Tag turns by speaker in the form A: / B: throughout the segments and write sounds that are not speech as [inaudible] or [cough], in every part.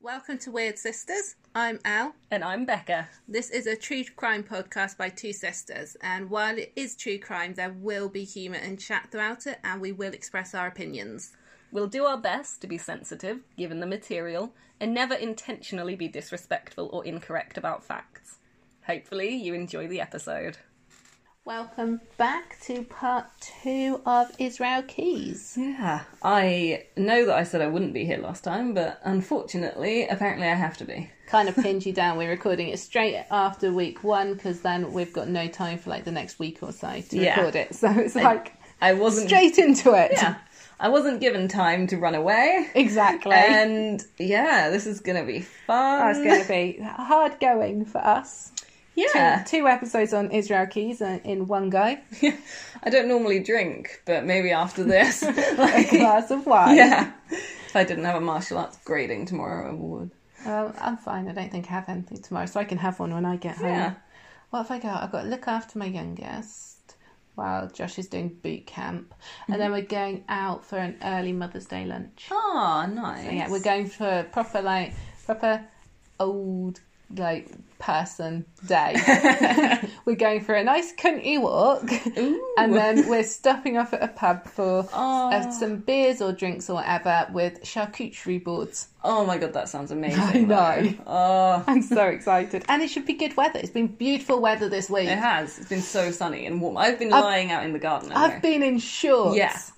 A: Welcome to Weird Sisters. I'm Al.
B: And I'm Becca.
A: This is a true crime podcast by two sisters, and while it is true crime, there will be humour and chat throughout it, and we will express our opinions.
B: We'll do our best to be sensitive, given the material, and never intentionally be disrespectful or incorrect about facts. Hopefully, you enjoy the episode.
A: Welcome back to part two of Israel Keys.
B: Yeah, I know that I said I wouldn't be here last time, but unfortunately, apparently I have to be.
A: Kind of pinned you down. We're recording it straight after week one because then we've got no time for like the next week or so to
B: Yeah.
A: record it. So it's like
B: I wasn't.
A: straight into it.
B: Yeah, I wasn't given time to run away.
A: [laughs] Exactly. [laughs]
B: And yeah, this is Oh, gonna be fun.
A: That's going to Oh, be hard going for us.
B: yeah.
A: Two, two episodes on Israel Keys in- in one
B: [laughs]
A: go,
B: I don't normally drink, but maybe after [laughs] this,
A: a
B: like,
A: glass of [laughs] wine.
B: yeah. If I didn't have a martial arts grading tomorrow, I would.
A: Um, I'm fine. I don't think I have anything tomorrow, so I can have one when I get home.
B: Yeah.
A: What have I got? I've got to look after my youngest while Josh is doing boot camp,
B: Mm-hmm.
A: and then we're going out for an early Mother's Day lunch.
B: Ah, nice.
A: So, yeah, we're going for proper like proper old like person [laughs] day. we're going for a nice country walk, and then we're stopping off at a pub for
B: Oh.
A: uh, some beers or drinks or whatever with charcuterie boards.
B: Oh my god, that sounds amazing.
A: I know.
B: though. Oh,
A: I'm so excited, and it should be good weather. It's been beautiful weather this week.
B: it has. It's been so sunny and warm. I've been lying out in the garden. haven't I?
A: I've been in shorts. [laughs]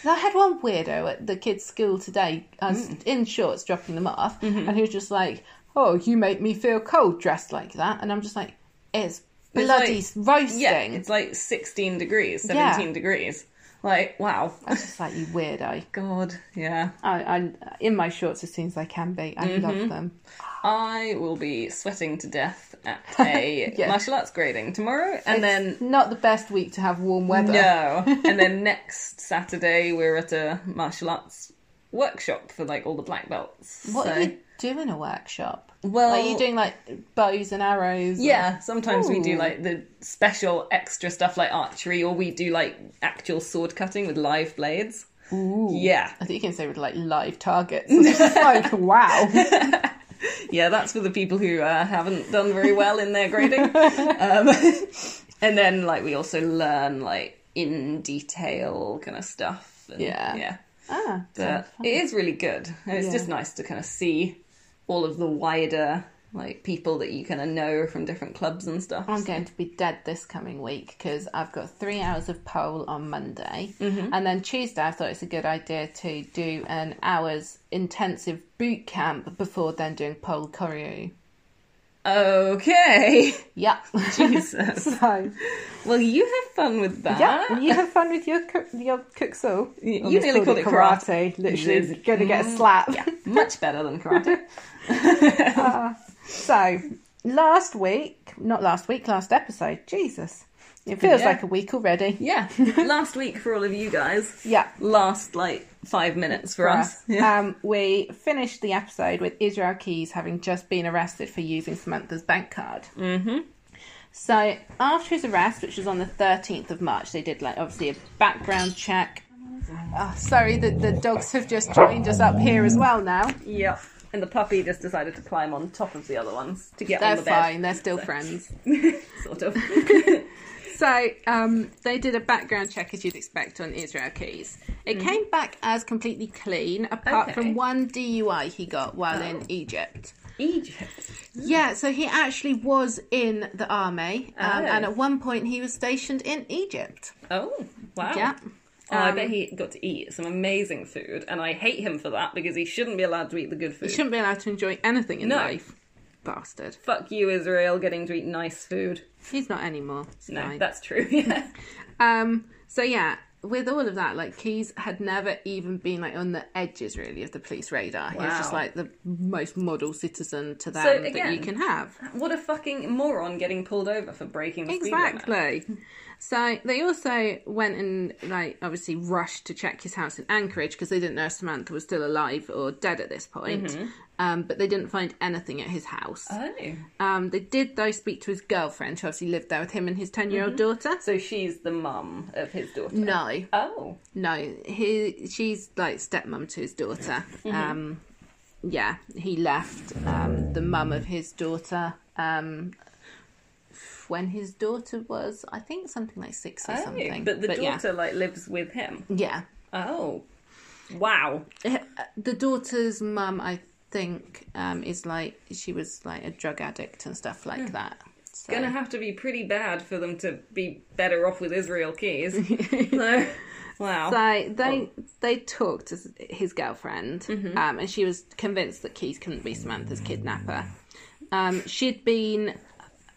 B: Yeah.
A: I had one weirdo at the kids' school today. I was
B: Mm.
A: in shorts dropping them off,
B: Mm-hmm.
A: and he was just like, "Oh, you make me feel cold dressed like that," and I'm just like, "It's bloody
B: It's
A: roasting."
B: yeah, it's like 16 degrees,
A: Yeah. Oh
B: 17 degrees. Like,
A: [laughs]
B: wow.
A: I was just like, "You weirdo."
B: God, yeah.
A: I, I'm in my shorts as soon as I can be. I
B: Mm-hmm.
A: love them.
B: I will be sweating to death
A: [laughs]
B: at a
A: Yeah.
B: martial arts grading tomorrow, and then
A: It's not the best week to have warm weather.
B: No. [laughs]
A: [laughs]
B: and then next Saturday we're at a martial arts workshop for like all the black belts.
A: What
B: so,
A: are you doing in a workshop?
B: Well-
A: are you doing like bows and arrows?
B: Yeah, sometimes we do
A: Ooh.
B: like the special extra stuff like archery, or we do like actual sword cutting with live blades.
A: Ooh.
B: Yeah,
A: I think you can say with like live
B: [laughs]
A: targets. It's just like wow.
B: yeah, that's for the people who uh, haven't done very well in
A: [laughs]
B: their grading. um, [laughs] and then like we also learn like in detail kind of stuff. and-
A: Yeah.
B: yeah.
A: Ah,
B: but it is really good and it's just nice to kind of see all of the wider like people that you kind of know from different clubs and stuff
A: I'm going to be dead this coming week because I've got three hours of pole on Monday,
B: Mm-hmm.
A: and then Tuesday I thought it's a good idea to do an hour's intensive boot camp before then doing pole choreo.
B: okay [laughs]
A: Yeah,
B: jesus
A: [laughs] so
B: well you have fun with that
A: yeah, you have fun with your cook, your kuxel.
B: You
A: Almost
B: nearly called it karate.
A: Literally,
B: Yes.
A: going to get a slap.
B: Yeah, [laughs] much better than karate
A: [laughs] So last week, not last week, last episode. Jesus, it feels
B: Yeah.
A: like a week already.
B: yeah last week for all of you guys
A: Yeah.
B: last like five minutes for,
A: for
B: us,
A: us. [laughs]
B: Yeah.
A: Um, we finished the episode with Israel Keys having just been arrested for using Samantha's bank card. Mm-hmm. So after his arrest, which was on the 13th of March, they did like obviously a background check. Oh, sorry, the, the dogs have just joined us up here as well now.
B: yeah and the puppy just decided to climb on top of the other ones to get
A: They're
B: on the bed
A: fine, they're still friends.
B: [laughs] sort of [laughs]
A: So um, they did a background check, as you'd expect, on Israel Keys. It came back as completely clean, apart
B: Mm-hmm. Okay. Oh.
A: from one DUI he got while in Egypt.
B: egypt
A: Yeah, so he actually was in the army, um,
B: Oh.
A: and at one point he was stationed in Egypt.
B: Oh, wow.
A: Yeah.
B: Oh, I bet
A: Um,
B: he got to eat some amazing food, and I hate him for that because he shouldn't be allowed to eat the good
A: He
B: food.
A: shouldn't be allowed to enjoy anything in
B: No.
A: life. Bastard.
B: Fuck you, Israel, getting to eat nice food.
A: He's not anymore. It's
B: No,
A: fine.
B: that's true. [laughs] Yeah.
A: Um, so yeah, with all of that, like Keys had never even been like on the edges really of the police radar. He was just
B: Wow.
A: like the most model citizen to them that you
B: again,
A: can have.
B: what a fucking moron getting pulled over for breaking the speed limit.
A: Exactly. So they also went and like obviously rushed to check his house in Anchorage because they didn't know if Samantha was still alive or dead at this point. Um, but they didn't find anything at his house.
B: Oh,
A: Um, they did though speak to his girlfriend, who obviously lived there with him and his ten-year-old daughter.
B: so she's the mum of his daughter.
A: No,
B: Oh, Mm-hmm.
A: no, he she's like stepmom to his daughter. Um, yeah, he left um, the mum of his daughter um, when his daughter was, I think, something like six or
B: Oh,
A: something.
B: but the
A: yeah.
B: daughter like lives with him.
A: yeah,
B: Oh, wow.
A: Uh, the daughter's mum, I think, um, is like she was like a drug addict and stuff like that. So,
B: Hmm. Gonna have to be pretty bad for them to be better off with
A: [laughs]
B: Israel Keys. [laughs] So, wow.
A: so they they talked to his girlfriend,
B: Mm-hmm.
A: um, and she was convinced that Keys couldn't be Samantha's kidnapper. Um, she'd been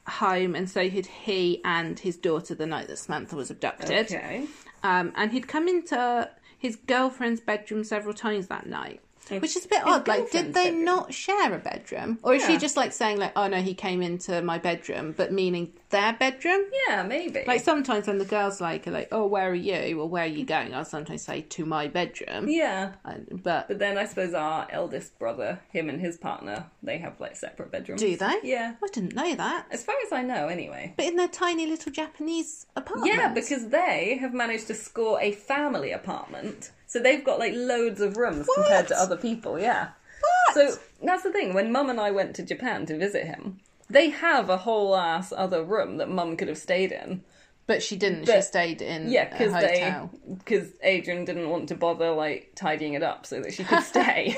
A: home, and so had he and his daughter the night that Samantha was abducted.
B: okay.
A: Um, and he'd come into his girlfriend's bedroom several times that night. Which is a bit odd. Like, did
B: girlfriend's
A: they
B: bedroom.
A: not share a bedroom, or is she
B: Yeah.
A: just like saying like, "Oh no, he came into my bedroom," but meaning their bedroom?
B: Yeah, maybe.
A: Like sometimes when the girls like are like, "Oh, where are you?" or "Where are you going?" I'll sometimes say to my bedroom.
B: yeah.
A: And- but
B: But then I suppose our eldest brother, him and his partner, they have like separate bedrooms.
A: do they?
B: Yeah.
A: I didn't know that.
B: As far as I know, anyway.
A: But in their tiny little Japanese apartment.
B: Yeah, because they have managed to score a family apartment. So they've got like loads of rooms compared to
A: What?
B: other people, yeah.
A: What?
B: So that's the thing. When Mum and I went to Japan to visit him, they have a whole ass other room that Mum could have stayed in.
A: but she didn't. she
B: But-
A: stayed in
B: Yeah,
A: a
B: because they
A: hotel.
B: because Adrian didn't want to bother like tidying it up so that
A: [laughs]
B: she could stay.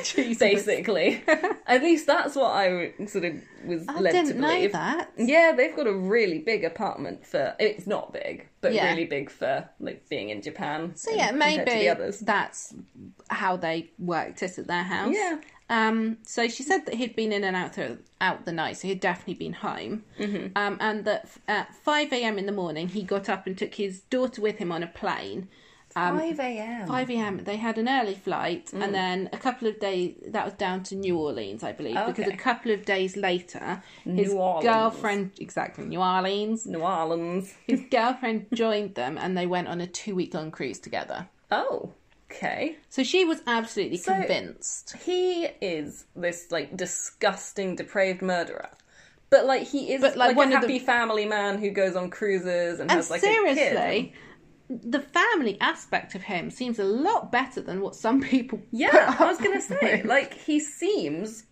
B: basically, at least that's what I sort of was
A: I
B: led to
A: didn't know
B: believe.
A: that.
B: Yeah, they've got a really big apartment for it's not big, but
A: Yeah.
B: really big for like being in Japan.
A: So yeah,
B: compared to the
A: maybe
B: others.
A: that's how they worked it at their house.
B: Yeah.
A: Um, so she said that he'd been in and out through, out the night, so he'd definitely been home. Mm-hmm. Um, and that f- at five a.m. in the morning, he got up and took his daughter with him on a plane.
B: Five a.m.
A: 5 a.m. They had an early flight,
B: Mm.
A: and then a couple of days that was down to New Orleans, I believe, because
B: Okay.
A: a couple of days later, his
B: New Orleans.
A: girlfriend exactly New Orleans,
B: New Orleans.
A: his girlfriend [laughs] joined them, and they went on a two-week-long cruise together.
B: Oh, okay.
A: So she was absolutely convinced.
B: He is this like disgusting, depraved murderer. But like he is
A: But, like,
B: like,
A: one
B: a
A: of the-
B: happy family man who goes on cruises and,
A: And
B: has like a kid.
A: seriously, the family aspect of him seems a lot better than what some people.
B: Yeah, I was
A: [laughs]
B: gonna say, like, he seems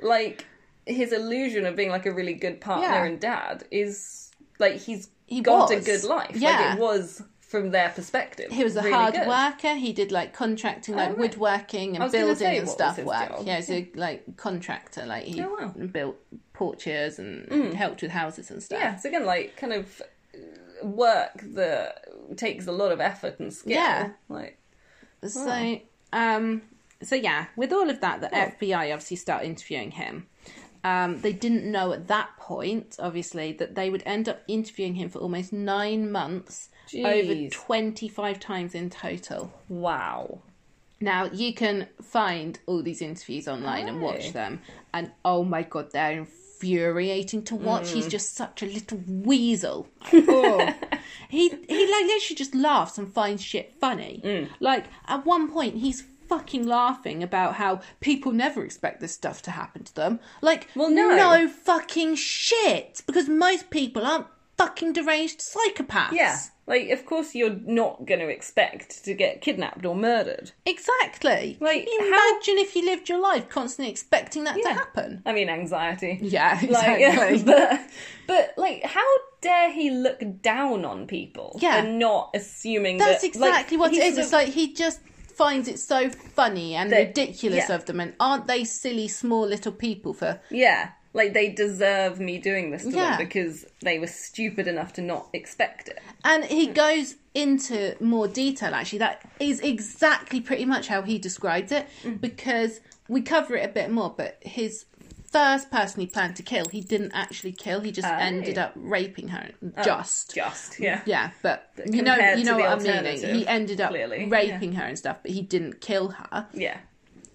B: like his illusion of being like a really good partner
A: Yeah.
B: and dad is like he's
A: He
B: got a
A: was.
B: good life.
A: Yeah.
B: Like it was from their perspective.
A: He was a
B: really
A: hard
B: good. Oh,
A: worker. He did like contracting, like
B: right.
A: woodworking and
B: was gonna
A: building
B: say,
A: and
B: what
A: stuff
B: was his
A: work.
B: job?
A: Yeah, he's a like contractor. Like he
B: Oh, wow. Mm.
A: built porches and helped with houses and stuff.
B: Yeah, so again, like kind of uh, work that takes a lot of effort and skill.
A: Yeah.
B: Like
A: So, um, so yeah, with all of that, the FBI obviously start interviewing him. Um, they didn't know at that point, obviously, that they would end up interviewing him for almost nine months, over
B: Jeez.
A: 25 times in total.
B: wow.
A: Now, you can find all these interviews online and watch
B: Right.
A: them, and oh my god, they're infuriating to watch.
B: Mm.
A: He's just such a little
B: [laughs]
A: weasel. Oh. he, he like literally just laughs and finds shit funny.
B: Mm.
A: Like, at one point, he's fucking laughing about how people never expect this stuff to happen to them. Like,
B: Well, no.
A: no fucking shit, because most people aren't fucking deranged psychopaths.
B: Yeah. Like, of course, you're not going to expect to get kidnapped or murdered.
A: Exactly.
B: Like,
A: Can you
B: how-
A: imagine if you lived your life constantly expecting that to happen?
B: I mean, anxiety.
A: Yeah, [laughs]
B: Like, [laughs]
A: exactly.
B: but, but, like, how dare he look down on people?
A: Yeah.
B: And not assuming
A: That's
B: that,
A: exactly
B: like,
A: what it
B: he's
A: is. It's
B: sort
A: like he just finds it so funny and
B: That-
A: ridiculous
B: yeah.
A: of them, and aren't they silly, small little people for?
B: of- yeah. Like, they deserve me doing this to
A: Yeah.
B: them because they were stupid enough to not expect it.
A: And he
B: Hmm.
A: goes into more detail. Actually, that is exactly pretty much how he describes it
B: Hmm.
A: because we cover it a bit more. But his first person he planned to kill, he didn't actually kill. He
B: Oh.
A: just ended up raping her. Just.
B: Just, yeah.
A: Yeah, but you know,
B: compared
A: you
B: to
A: know
B: the
A: what I'm meaning.
B: alternative,
A: He ended up
B: clearly,
A: raping her and stuff, but he didn't kill her.
B: Yeah.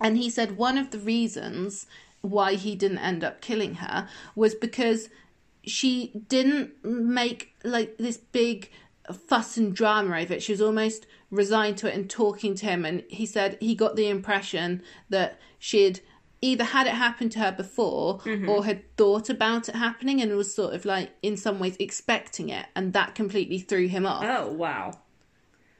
A: And he said one of the reasons why he didn't end up killing her was because she didn't make like this big fuss and drama over it. She was almost resigned to it and talking to him. And he said he got the impression that she'd either had it happen to her before
B: Mm-hmm.
A: or had thought about it happening and was sort of like in some ways expecting it and that completely threw him off
B: Oh, wow.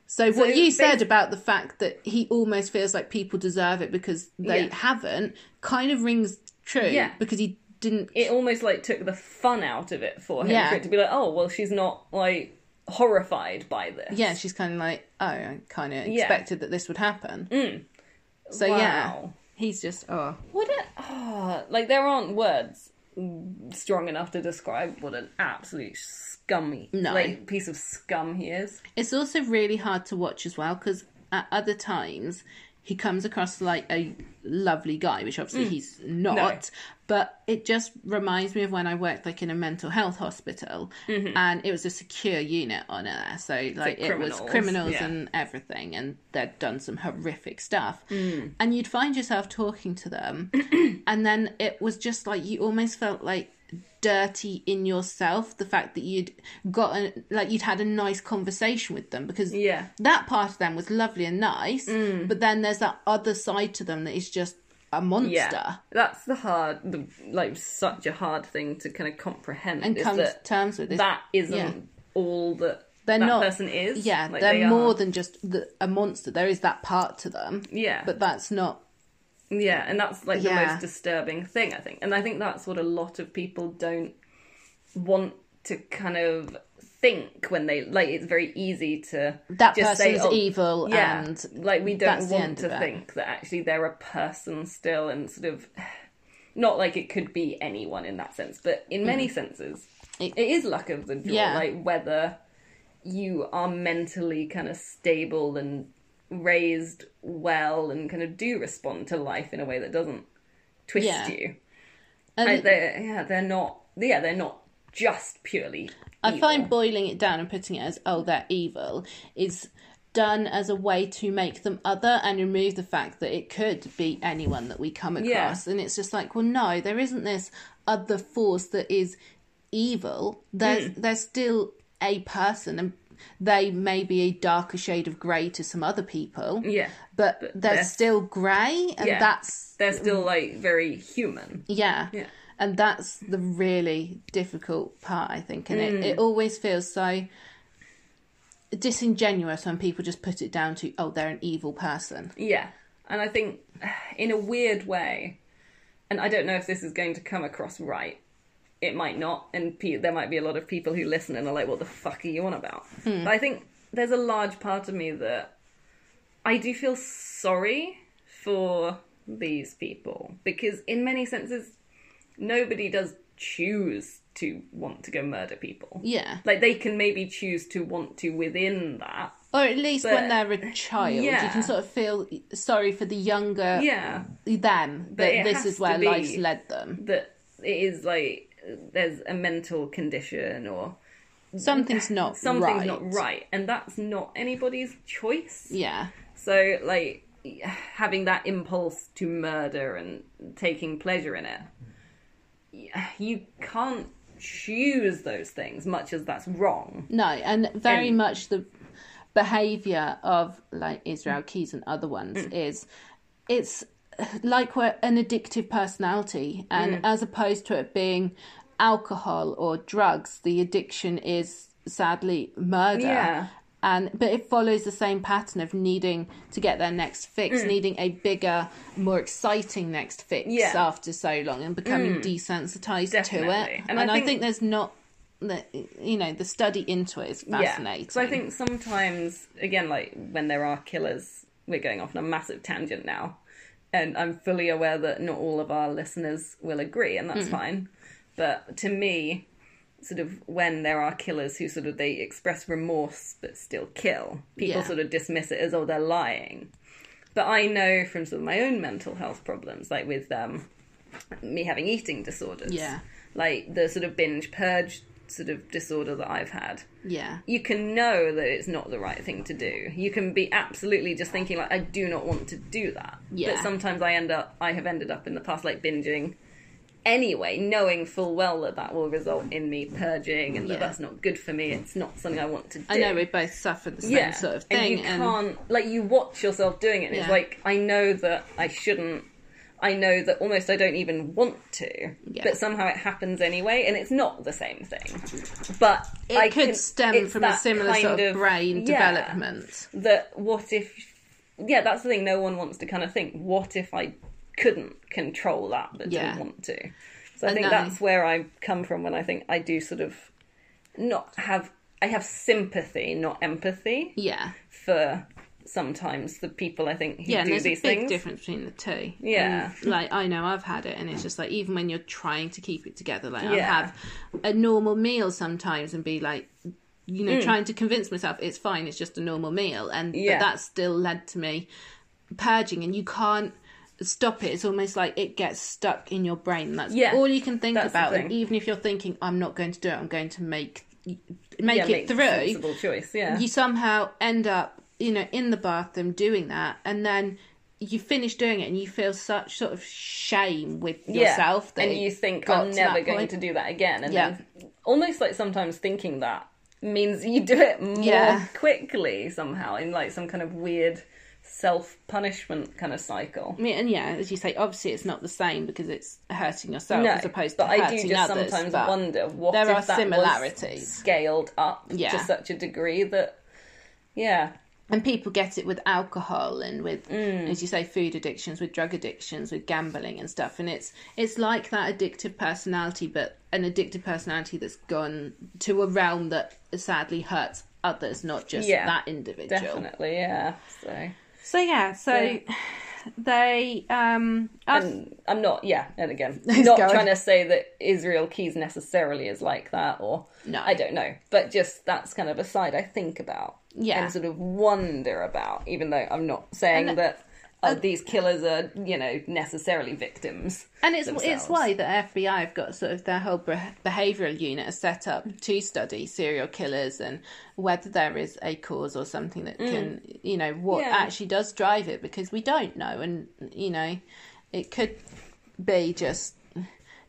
A: So, what you
B: they-
A: said about the fact that he almost feels like people deserve it because they
B: Yeah.
A: haven't kind of rings true
B: Yeah.
A: because he didn't
B: it almost like took the fun out of it for him
A: Yeah.
B: for it to be like, oh well, she's not like horrified by this.
A: yeah, she's kind of like, oh, I kind of
B: Yeah. Mm.
A: expected that this would happen. So yeah,
B: Wow.
A: he's just oh
B: What a ah, like there aren't words strong enough to describe what an absolute scummy
A: No.
B: like piece of scum he is.
A: It's also really hard to watch as well because at other times he comes across like a lovely guy, which obviously
B: Mm.
A: he's not. But it just reminds me of when I worked like in a mental health hospital,
B: Mm-hmm.
A: and it was a secure unit on there, so like it was
B: criminals,
A: criminals
B: yeah.
A: and everything, and they'd done some horrific stuff.
B: Mm.
A: And you'd find yourself talking to them, and then it was just like you almost felt like dirty in yourself the fact that you'd gotten like you'd had a nice conversation with them because
B: Yeah. Mm.
A: that part of them was lovely and nice but then there's that other side to them that is just a monster
B: Yeah, that's the hard, the, like such a hard thing to kind of comprehend.
A: and
B: is
A: comes to
B: that
A: terms with this
B: that isn't
A: yeah.
B: all that
A: they're
B: that
A: not
B: person is.
A: yeah
B: Like,
A: they're
B: they are-
A: more than just the, a monster there is that part to them
B: Yeah.
A: but that's not
B: Yeah, and that's like
A: Yeah.
B: the most disturbing thing, I think. And I think that's what a lot of people don't want to kind of think when they like it's very easy to
A: That
B: just say,
A: person's
B: "Oh,
A: evil
B: yeah,"
A: and
B: like we
A: that's
B: don't
A: the end
B: want to
A: of it.
B: think that actually they're a person still and sort of [sighs] not like it could be anyone in that sense but in many senses
A: Mm. It-
B: it is luck of the draw
A: Yeah.
B: like whether you are mentally kind of stable and raised well and kind of do respond to life in a way that doesn't twist
A: Yeah.
B: you.
A: and
B: Like they're, yeah, they're not. Yeah, they're not just purely.
A: I
B: evil.
A: find boiling it down and putting it as oh they're evil is done as a way to make them other and remove the fact that it could be anyone that we come
B: Yeah.
A: across and it's just like well no there isn't this other force that is evil there's
B: Mm.
A: there's still a person and they may be a darker shade of grey to some other people
B: Yeah,
A: but, they're,
B: they're-
A: still grey and
B: Yeah.
A: that's
B: they're still like very human.
A: yeah.
B: Yeah.
A: And that's the really difficult part, I think. And it,
B: Mm.
A: it always feels so disingenuous when people just put it down to, oh, they're an evil person.
B: Yeah, and I think [sighs] in a weird way, and I don't know if this is going to come across right. It might not, and pe- there might be a lot of people who listen and are like, "What the fuck are you on about?" But I think there's a large part of me that I do feel sorry for these people because, in many senses, nobody does choose to want to go murder people.
A: Yeah.
B: Like they can maybe choose to want to within that.
A: Or at least when
B: But-
A: they're a child, you
B: Yeah.
A: can sort of feel sorry for the younger
B: Yeah.
A: them that
B: it
A: this
B: has
A: is
B: to
A: where
B: be-
A: life's led them.
B: that it is like there's a mental condition or [laughs]
A: Something's not
B: something's
A: right.
B: not right and that's not anybody's choice
A: Yeah.
B: so like having that impulse to murder and taking pleasure in it y- you can't choose those things much as that's wrong
A: No, and very
B: And-
A: much the behavior of like Israel Keys and other ones
B: Mm.
A: is it's like we're an addictive personality, and
B: Mm.
A: as opposed to it being alcohol or drugs, the addiction is sadly murder.
B: Yeah.
A: And but it follows the same pattern of needing to get their next fix,
B: Mm.
A: needing a bigger, more exciting next fix
B: Yeah. Mm.
A: after so long, and becoming desensitized to it.
B: Definitely.
A: And,
B: And I
A: I
B: think-
A: think there's not the you know the study into it is fascinating.
B: So I think sometimes, again, like when there are killers, we're going off on a massive tangent now, and I'm fully aware that not all of our listeners will agree, and that's
A: Mm-hmm.
B: fine. But to me, sort of when there are killers who sort of they express remorse but still kill, people
A: Yeah.
B: sort of dismiss it as oh they're lying. But I know from sort of my own mental health problems, like with um, me having eating disorders,
A: Yeah.
B: like the sort of binge purge sort of disorder that I've had
A: yeah,
B: you can know that it's not the right thing to do. You can be absolutely just thinking like, I do not want to do that.
A: Yeah.
B: But sometimes I end up, I have ended up in the past like binging anyway, knowing full well that that will result in me purging and
A: Yeah.
B: that that's not good for me. It's not something I want to do.
A: I know we both suffer the same
B: yeah.
A: sort of thing,
B: And you can't like you watch yourself doing it. and
A: Yeah.
B: It's like I know that I shouldn't. I know that almost I don't even want to,
A: Yeah.
B: but somehow it happens anyway, and it's not the same thing. But
A: It
B: I
A: could
B: can-
A: stem
B: it's
A: from a
B: that
A: similar sort
B: kind
A: of brain
B: yeah,
A: development.
B: That what if? Yeah, that's the thing. No one wants to kind of think. What if I couldn't control that, but
A: Yeah.
B: didn't want to? So I
A: And
B: think
A: I-
B: that's where I come from when I think I do sort of not have. I have sympathy, not empathy
A: Yeah.
B: for sometimes the people I think who
A: Yeah, and
B: do
A: there's a
B: these
A: big
B: things.
A: difference Mm. between the two.
B: Yeah.
A: And, like I know I've had it and it's just like even when you're trying to keep it together, like I'll
B: Yeah.
A: have a normal meal sometimes and be like you know, trying to convince myself it's fine, it's just a normal meal and
B: Mm. Yeah.
A: but that still led to me purging and you can't stop it. It's almost like it gets stuck in your brain. That's
B: Yeah.
A: all you can think
B: That's the
A: about. And
B: thing.
A: even if you're thinking, I'm not going to do it, I'm going to make make
B: Yeah,
A: it
B: make the
A: through
B: sensible choice. Yeah,
A: you somehow end up, you know, in the bathroom doing that, and then you finish doing it, and you feel such sort of shame with
B: Yeah.
A: yourself that
B: and
A: it
B: you think
A: got
B: I'm
A: to
B: never
A: that
B: going
A: point.
B: to do that again, and
A: Yeah.
B: then almost like sometimes thinking that means you do it more
A: Yeah.
B: quickly somehow in like some kind of weird self punishment kind of cycle.
A: I mean, and yeah, as you say, obviously it's not the same because it's hurting yourself
B: No,
A: as opposed to
B: but
A: hurting
B: I do just
A: others.
B: sometimes
A: but
B: wonder what
A: there
B: if
A: are
B: that was
A: similarities.
B: scaled up to
A: Yeah.
B: such a degree that yeah,
A: and people get it with alcohol and with
B: Mm.
A: as you say food addictions with drug addictions with gambling and stuff and it's it's like that addictive personality but an addictive personality that's gone to a realm that sadly hurts others not just
B: Yeah,
A: that individual
B: definitely, yeah. So
A: so yeah so
B: Yeah.
A: they um after,
B: and I'm not, yeah,
A: [laughs]
B: and again,
A: He's
B: not
A: going.
B: trying to say that Israel Keys necessarily is like that, or
A: No.
B: I don't know, but just that's kind of a side I think about,
A: Yeah.
B: and sort of wonder about, even though I'm not saying
A: And-
B: that oh, these killers are, you know, necessarily victims.
A: and it's
B: themselves.
A: it's why the FBI have got sort of their whole beh- behavioural unit is set up to study serial killers and whether there is a cause or something that can you know what
B: Mm. Yeah.
A: actually does drive it because we don't know and you know it could be just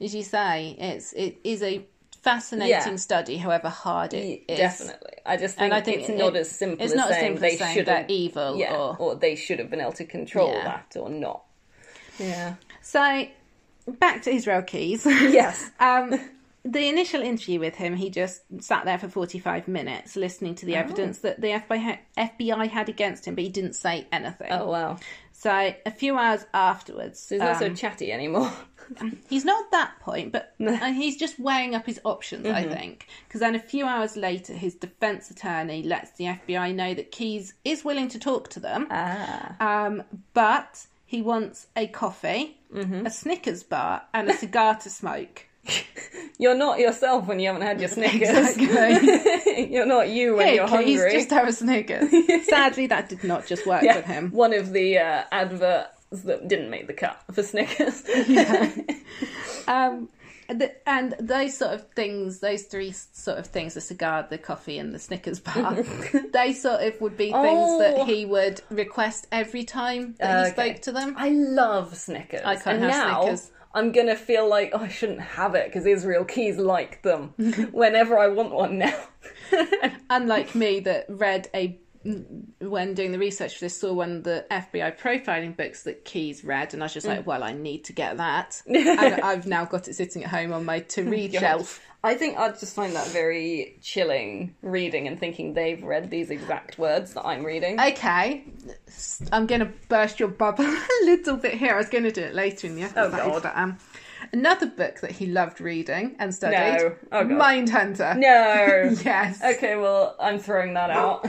A: as you say it's it is a fascinating
B: Yeah.
A: study however hard it is
B: Definitely, I just think,
A: And I think
B: it's not
A: it-
B: as simple.
A: it's
B: as
A: not as
B: saying
A: simple
B: they
A: as saying
B: should
A: they're
B: have-
A: evil
B: yeah,
A: or-
B: they should have been able to control
A: Yeah.
B: that or not. Yeah.
A: so back to Israel Keys
B: Yes.
A: Um, the initial interview with him, he just sat there for 45 minutes listening to the evidence that the FBI, ha- FBI had against him, but he didn't say anything.
B: Oh wow.
A: So a few hours afterwards,
B: So he's not so
A: um,
B: chatty anymore. [laughs]
A: he's not at that point, [laughs] but and he's just weighing up his options, I think. Because then a few hours later, his defense attorney lets the FBI know that Keyes is willing to talk to them,
B: Ah.
A: um, but he wants a coffee, a Snickers bar, and a cigar to smoke. [laughs]
B: You're not yourself when you haven't had your Snickers. [laughs] you're not you when
A: Hey,
B: you're
A: please
B: hungry.
A: just have a Snickers.
B: [laughs]
A: Sadly, that did not just work with him.
B: One of the uh, adverts that didn't make the cut for Snickers.
A: Mm-hmm. Um, the, and those sort of things, those three sort of things the cigar, the coffee, and the Snickers bar
B: [laughs]
A: they sort of would be
B: Oh.
A: things that he would request every time that he
B: Okay.
A: spoke to them.
B: I love Snickers.
A: I can't
B: and
A: have
B: now
A: Snickers.
B: I'm gonna feel like oh, I shouldn't have it because Israel Keys
A: [laughs]
B: like them. Whenever I want one now. [laughs]
A: Unlike me, that read a mm, when doing the research for this, saw one of the FBI profiling books that Keys read, and I was just
B: Mm.
A: like, "Well, I need to get
B: [laughs]
A: that." and I've now got it sitting at home on my to read shelf.
B: I think I'd just find that very chilling reading and thinking they've read these exact words that I'm reading.
A: Okay, I'm going to burst your bubble [laughs] a little bit here. I was going to do it later in the episode,
B: Oh, God.
A: but um, another book that he loved reading and studied,
B: No. Oh, God.
A: Mindhunter.
B: no.
A: [laughs] Yes.
B: Okay, well, I'm throwing
A: [laughs]
B: that out. [laughs]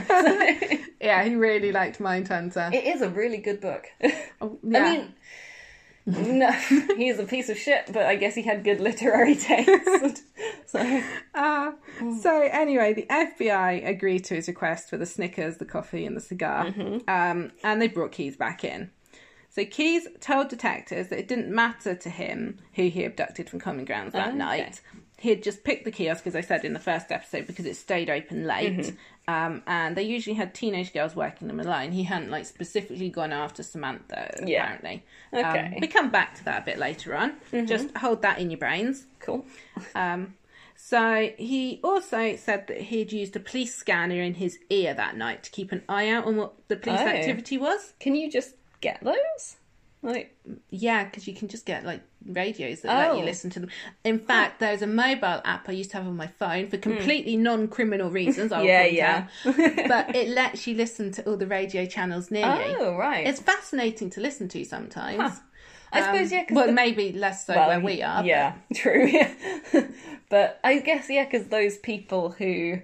A: Yeah, he really liked Mindhunter.
B: It is a really good [laughs] book.
A: yeah.
B: I mean, no, [laughs] he's a piece of shit, but I guess he had good literary [laughs] taste. so,
A: Uh,
B: Mm.
A: so anyway, the FBI agreed to his request for the Snickers, the coffee, and the cigar,
B: Mm-hmm.
A: um, and they brought Keys back in. So Keys told detectives that it didn't matter to him who he abducted from Common Grounds that
B: okay.
A: night. He had just picked the kiosk, as I said in the first episode, because it stayed open late,
B: Mm-hmm.
A: um, and they usually had teenage girls working them alone. He hadn't like specifically gone after Samantha,
B: Yeah.
A: apparently. Um,
B: Okay. Mm-hmm.
A: we come back to that a bit later on. Just hold that in your brains.
B: cool.
A: Um, so he also said that he'd used a police scanner in his ear that night to keep an eye out on what the police
B: Oh.
A: activity was.
B: Can you just get those? Like,
A: Yeah, because you can just get like radios that let you
B: Oh.
A: listen to them. In fact, there's a mobile app I used to have on my phone for completely non-criminal reasons. I'll
B: Hmm. Yeah,
A: point
B: yeah.
A: out, but it lets you listen to all the radio channels near you.
B: oh right.
A: It's fascinating to listen to sometimes.
B: I
A: Um,
B: suppose yeah. 'cause
A: well,
B: the-
A: maybe less so where we are.
B: Yeah, [laughs] true. Yeah. but I guess yeah, because those people who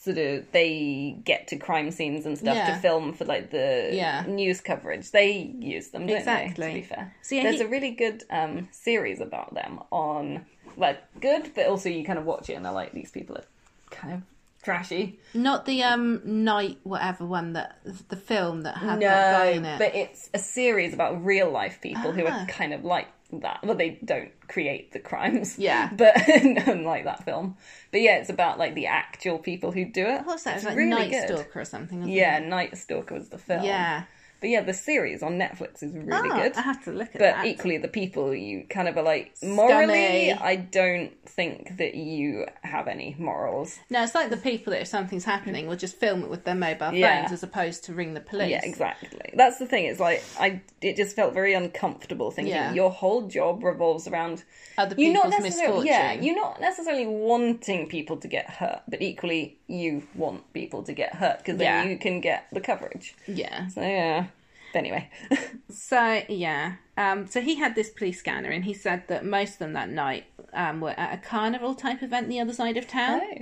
B: sort of they get to crime scenes and stuff to
A: Yeah.
B: film for like the
A: Yeah.
B: news coverage, they use them, don't they?
A: Exactly.
B: To be fair,
A: So, yeah,
B: there's
A: he-
B: a really good um, series about them on well, good, but also you kind of watch it and they're like these people are kind of trashy.
A: Not the um night whatever one that the film that had that guy in
B: No,
A: it.
B: but it's a series about real life people who
A: Ah.
B: are kind of like that. Well, they don't create the crimes.
A: Yeah.
B: [laughs] But unlike that film. But yeah, it's about like the actual people who do it.
A: What's that?
B: It's
A: It's like
B: really
A: Night
B: good.
A: Stalker or something. wasn't
B: Yeah, Night Stalker was the
A: it?
B: film.
A: yeah.
B: But yeah, the series on Netflix is really
A: Oh,
B: good.
A: I have to look at
B: But
A: that.
B: equally, the people you kind of are like, morally,
A: Scummy.
B: I don't think that you have any morals.
A: No, it's like the people that if something's happening will just film it with their mobile phones
B: Yeah.
A: as opposed to ring the police.
B: Yeah, exactly. That's the thing. It's like I, it just felt very uncomfortable thinking
A: Yeah.
B: your whole job revolves around
A: Other
B: you're not
A: people's
B: necessarily,
A: misfortune.
B: yeah, you're not necessarily wanting people to get hurt, but equally you want people to get hurt because then
A: Yeah.
B: you can get the coverage.
A: Yeah.
B: So yeah. But anyway, [laughs]
A: So yeah, um, so he had this police scanner, and he said that most of them that night um, were at a carnival type event the other side of town.
B: oh,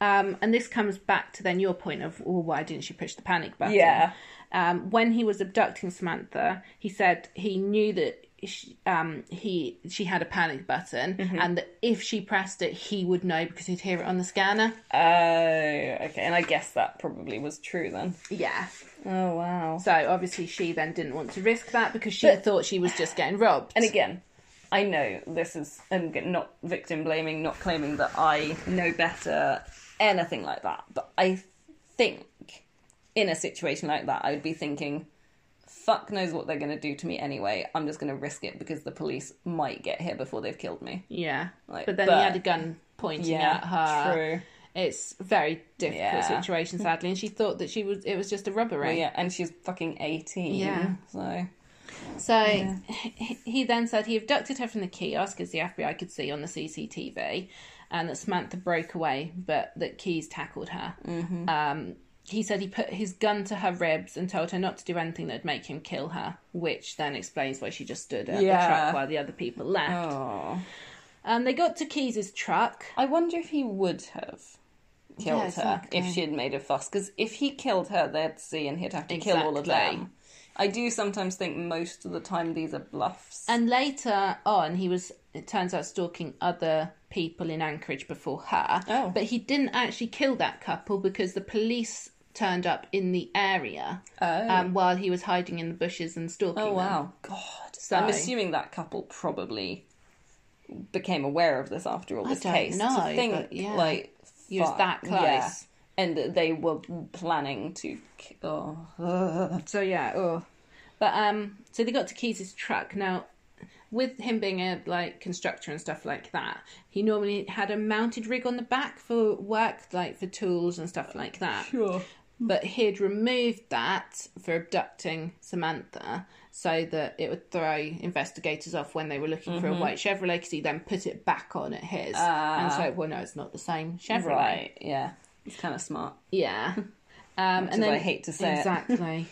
A: Um, and this comes back to then your point of, well, why didn't she push the panic button?
B: Yeah.
A: Um, when he was abducting Samantha, he said he knew that she, um, he she had a panic button,
B: Mm-hmm.
A: and that if she pressed it, he would know because he'd hear it on the scanner.
B: oh, okay. And I guess that probably was true then.
A: Yeah.
B: Oh wow.
A: So obviously she then didn't want to risk that because she thought she was just getting robbed.
B: And again, I know this is and again, not victim blaming, not claiming that I know better, anything like that. But I think in a situation like that, I'd be thinking, "Fuck knows what they're going to do to me anyway. I'm just going to risk it because the police might get here before they've killed me."
A: yeah.
B: Like,
A: but then he
B: but-
A: had a gun pointing
B: Yeah,
A: at her.
B: true.
A: It's very difficult
B: Yeah.
A: situation, sadly, and she thought that she was it was just a robbery.
B: Yeah, and she's fucking eighteen.
A: Yeah.
B: so
A: So he he then said he abducted her from the kiosk, as the FBI could see on the CCTV, and that Samantha broke away, but that Keys tackled her. Um, he said he put his gun to her ribs and told her not to do anything that would make him kill her, which then explains why she just stood at the
B: Yeah.
A: truck while the other people left.
B: oh,
A: Um, they got to Keys's truck.
B: I wonder if he would have. Killed
A: Yeah, exactly.
B: her if she had made a fuss, because if he killed her, they'd see and he'd have to kill all of
A: Exactly.
B: them. I do sometimes think most of the time these are bluffs.
A: And later on, he was, it turns out, stalking other people in Anchorage before her.
B: Oh.
A: But he didn't actually kill that couple because the police turned up in the area
B: Oh.
A: um, while he was hiding in the bushes and stalking
B: oh
A: them.
B: wow, God!
A: So-
B: I'm assuming that couple probably became aware of this after all this
A: don't
B: case.
A: know,
B: to think
A: but yeah.
B: like
A: He was
B: fuck,
A: that close.
B: yeah. and that they were planning to. ki- Oh, ugh.
A: So, yeah, oh. But, um, so they got to Keys's truck. Now, with him being a, like, constructor and stuff like that, he normally had a mounted rig on the back for work, like, for tools and stuff like [laughs] that.
B: sure.
A: but he'd removed that for abducting Samantha so that it would throw investigators off when they were looking for a
B: Mm-hmm.
A: white Chevrolet because he then put it back on at his. and so, well, no, it's not the same Chevrolet.
B: Ah. Right. Yeah. It's kind of smart. [laughs]
A: Yeah. Um,
B: is
A: and then
B: what I hate to say it. [laughs]
A: exactly.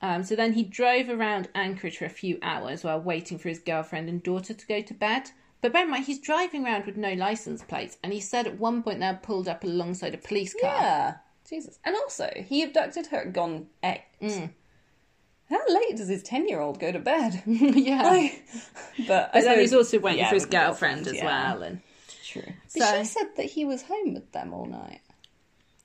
A: um, so then he drove around Anchorage for a few hours while waiting for his girlfriend and daughter to go to bed. But bear in mind, he's driving around with no license plates, and he said at one point they had pulled up alongside a police car.
B: Yeah. Jesus. And also, he abducted her at gone eight. How late does his 10 year old go to bed?
A: [laughs]
B: [laughs]
A: yeah.
B: Like, but I
A: So
B: don't-
A: he's also waiting
B: Yeah,
A: for his
B: with the
A: girlfriend as
B: yeah.
A: well. And
B: True. But
A: So-
B: she said that he was home with them all night.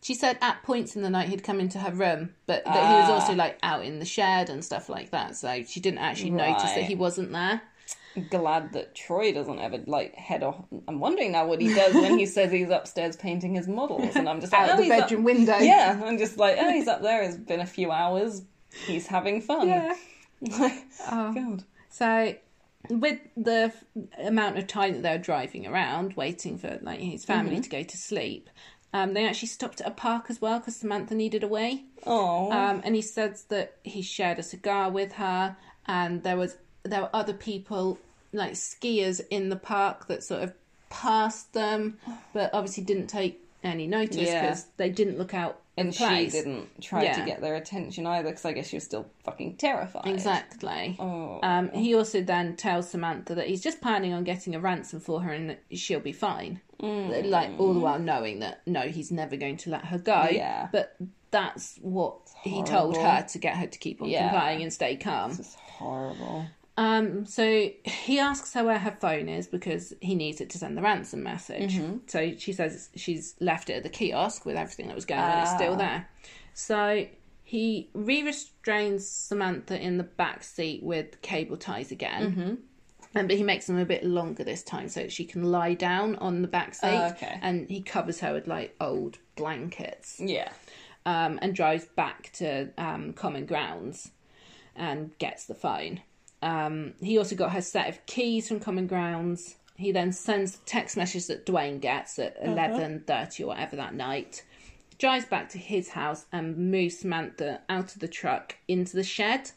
A: she said at points in the night he'd come into her room, but that he was also like out in the shed and stuff like that. So she didn't actually notice that
B: Right.
A: he wasn't there.
B: Glad that Troy doesn't ever like head off. I'm wondering now what he does when [laughs] he says he's upstairs painting his models, and I'm just like,
A: Out
B: oh,
A: the
B: he's up-
A: bedroom window.
B: Yeah, I'm just like, oh, he's up there. It's been a few hours. He's having fun. [laughs] God.
A: So with the f- amount of time that they were driving around, waiting for like his family to go to sleep, um, they actually stopped at a park as well because Samantha needed a wee.
B: Oh.
A: Um, and he said that he shared a cigar with her, and there was there were other people like skiers in the park that sort of passed
B: [sighs]
A: them, but obviously didn't take any notice because
B: Yeah.
A: they didn't look out in
B: And she
A: place.
B: didn't try
A: Yeah.
B: to get their attention either because I guess she was still fucking terrified.
A: Exactly.
B: Oh.
A: Um, he also then tells Samantha that he's just planning on getting a ransom for her and that she'll be fine.
B: Mm.
A: Like, all the while knowing that no, he's never going to let her go.
B: Yeah.
A: But that's what he told
B: horrible.
A: her to get her to keep on
B: Yeah.
A: complying and stay calm.
B: This is horrible.
A: Um, so he asks her where her phone is because he needs it to send the ransom message.
B: Mm-hmm.
A: So she says she's left it at the kiosk with everything that was going on. It's
B: Ah.
A: still there. So he re-restrains Samantha in the back seat with cable ties again.
B: Mm-hmm.
A: Um, but he makes them a bit longer this time so she can lie down on the back seat.
B: Oh, okay.
A: And he covers her with like old blankets
B: Yeah.
A: um, and drives back to um, Common Grounds and gets the phone. Um, he also got her set of keys from Common Grounds. He then sends the text message that Dwayne gets at
B: Uh-huh.
A: eleven thirty or whatever that night. Drives back to his house and moves Samantha out of the truck into the shed.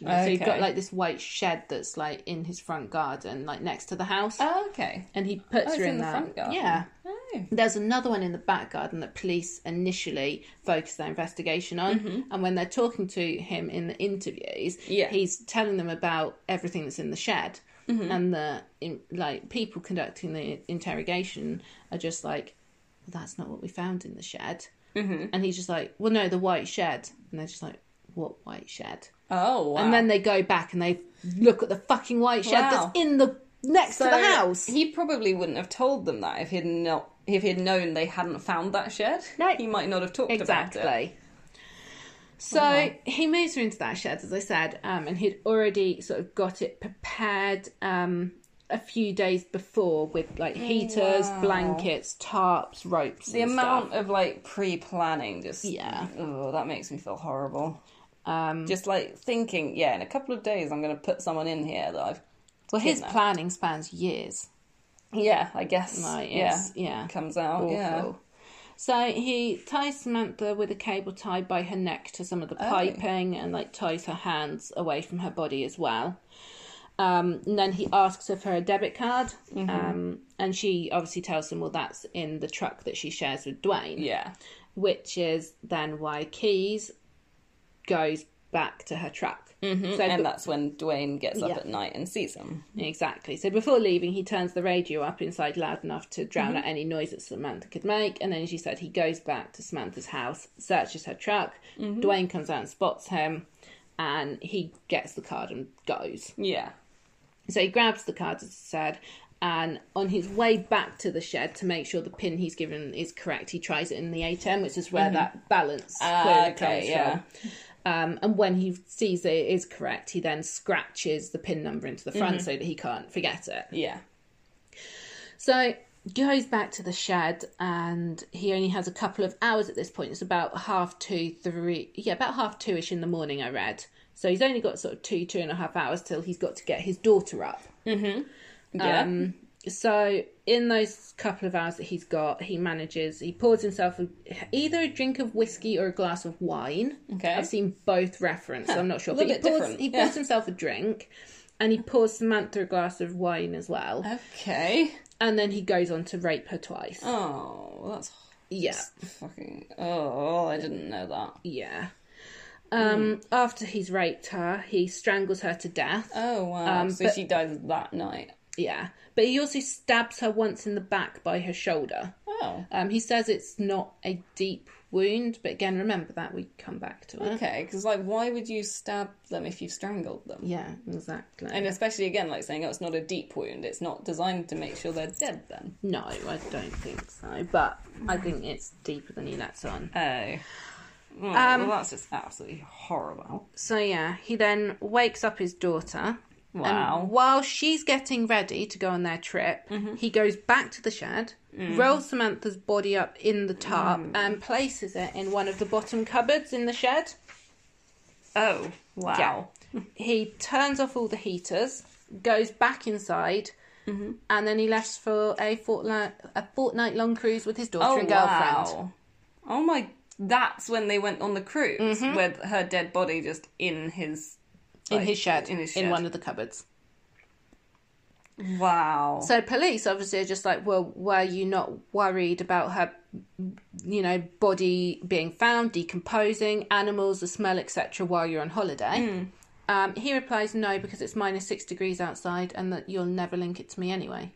A: So you've got
B: Okay.
A: like this white shed that's like in his front garden, like next to the house,
B: Oh, okay.
A: and he puts
B: Oh, it's
A: her in,
B: in the
A: that.
B: front garden.
A: Yeah,
B: Oh.
A: there's another one in the back garden that police initially focus their investigation on. And when they're talking to him in the interviews,
B: Mm-hmm. Yeah.
A: he's telling them about everything that's in the shed.
B: Mm-hmm.
A: And the in, like people conducting the interrogation are just like, well, "That's not what we found in the shed." Mm-hmm. And he's just like, "Well, no, the white shed." And they're just like, "What white shed?"
B: Oh, wow.
A: And then they go back and they look at the fucking white shed
B: Wow.
A: that's in the next to the house.
B: He probably wouldn't have told them that if he'd not if he'd known they hadn't found that shed.
A: No.
B: He might not have talked about it.
A: Exactly. So he moves her into that shed, as I said, um, and he'd already sort of got it prepared um, a few days before with like heaters, blankets, tarps, ropes.
B: The amount of like pre planning just
A: Yeah.
B: Oh, that makes me feel horrible. Um just like thinking, yeah, in a couple of days I'm gonna put someone in here that I've
A: Well, his
B: kidnapped.
A: planning spans years.
B: Yeah, I guess.
A: Like,
B: yeah.
A: it's- yeah.
B: Comes out.
A: Awful.
B: Yeah.
A: So he ties Samantha with a cable tied by her neck to some of the
B: Oh.
A: piping and like ties her hands away from her body as well. Um, and then he asks her for her debit card,
B: Mm-hmm.
A: um, and she obviously tells him, "Well, that's in the truck that she shares with Dwayne,"
B: Yeah.
A: which is then why Keys goes back to her truck. Mm-hmm. So
B: And
A: be-
B: that's when Dwayne gets up
A: Yeah.
B: at night and sees him.
A: Exactly. So before leaving, he turns the radio up inside loud enough to drown out any noise that Samantha could make. And then, as you said, he goes back to Samantha's house, searches her truck. Dwayne comes out and spots him, and he gets the card and goes.
B: Yeah.
A: So he grabs the card, as I said, and on his way back to the shed to make sure the pin he's given is correct, he tries it in the ATM, which is where that balance
B: Mm-hmm. Ah,
A: query
B: okay,
A: comes
B: yeah.
A: from. Um, and when he sees it is correct, he then scratches the pin number into the front
B: Mm-hmm.
A: so that he can't forget it.
B: Yeah.
A: So goes back to the shed, and he only has a couple of hours at this point. It's about half two, three, yeah, about half two ish in the morning. I read. So he's only got sort of two, two and a half hours till he's got to get his daughter up.
B: Yeah.
A: Um, So in those couple of hours that he's got, he manages. He pours himself a, either a drink of whiskey or a glass of wine.
B: Okay.
A: I've seen both referenced. so I'm not sure,
B: little
A: he
B: bit
A: pours,
B: different,
A: he
B: yeah.
A: pours himself a drink, and he pours Samantha a glass of wine as well,
B: okay.
A: and then he goes on to rape her twice.
B: Uh-huh. Oh, that's
A: Yeah.
B: fucking. Oh, I didn't know that.
A: Yeah.
B: Hmm.
A: Um, After he's raped her, he strangles her to death.
B: Oh wow! so
A: Um, but-
B: she dies that night.
A: yeah. But he also stabs her once in the back by her shoulder.
B: Oh,
A: Um, he says it's not a deep wound, but again, remember that we come back to it.
B: okay. Because like, why would you stab them if you strangled them?
A: Yeah, exactly.
B: And especially again, like saying, oh, it's not a deep wound. It's not designed to make sure they're dead. Then.
A: no, I don't think so. But I think it's deeper than he lets on.
B: Oh. Well,
A: Um,
B: that's just absolutely horrible.
A: So yeah, he then wakes up his daughter.
B: Wow.
A: And while she's getting ready to go on their trip, he goes back to the shed, rolls Samantha's body up in the tarp, and places it in one of the bottom cupboards in the shed.
B: Oh wow!
A: He turns off all the heaters, goes back inside,
B: Mm-hmm.
A: and then he left for a fortnight a fortnight long cruise with his daughter
B: Oh
A: and girlfriend.
B: wow! Oh my! That's when they went on the cruise with her dead body just in his
A: In
B: like,
A: his shed,
B: in
A: Mm-hmm. in
B: his
A: in
B: shed.
A: one of the cupboards.
B: Wow.
A: So police obviously are just like, well, were you not worried about her, you know, body being found, decomposing, animals, the smell, etc., while you're on
B: Hmm.
A: holiday? Um, he replies, no, because it's minus six degrees outside, and that you'll never link it to me anyway.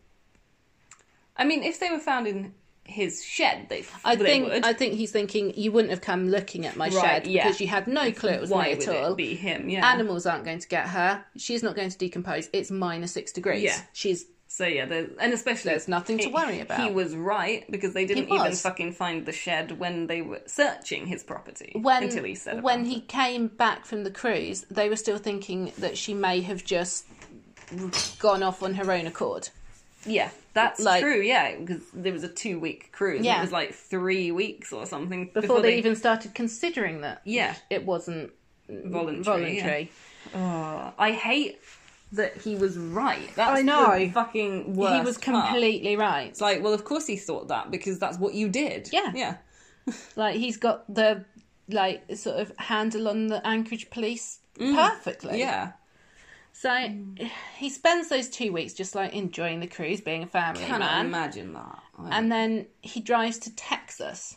B: I mean, if they were found in his shed, they
A: I
B: they
A: think
B: would.
A: I think he's thinking you wouldn't have come looking at my shed
B: yeah.
A: because you had no clue it was
B: Why
A: me at
B: would
A: all.
B: it be him? Yeah.
A: Animals aren't going to get her. She's not going to decompose. It's minus six degrees.
B: Yeah.
A: She's
B: So yeah, there, and especially
A: There's nothing to
B: he-
A: worry about.
B: He was right because they didn't
A: He was.
B: even fucking find the shed when they were searching his property
A: when
B: until he said
A: when
B: about
A: he came back from the cruise, they were still thinking that she may have just gone off on her own accord.
B: it. Yeah, that's
A: like-
B: true. Yeah, because there was a two week cruise. Yeah,
A: Yeah.
B: it was like three weeks or something before,
A: Before they, even started considering that
B: Yeah.
A: it wasn't
B: voluntary.
A: voluntary.
B: yeah. I hate that he was right. That's
A: I know.
B: the fucking worst.
A: He was
B: part.
A: completely right.
B: It's like, well, of course he thought that because that's what you did.
A: Yeah.
B: yeah.
A: Like he's got the like sort of handle on the Anchorage police perfectly.
B: Mm. Yeah,
A: So
B: Mm.
A: [sighs] he spends those two weeks just like enjoying the cruise, being a family
B: can I
A: man.
B: imagine that? I-
A: and then he drives to Texas.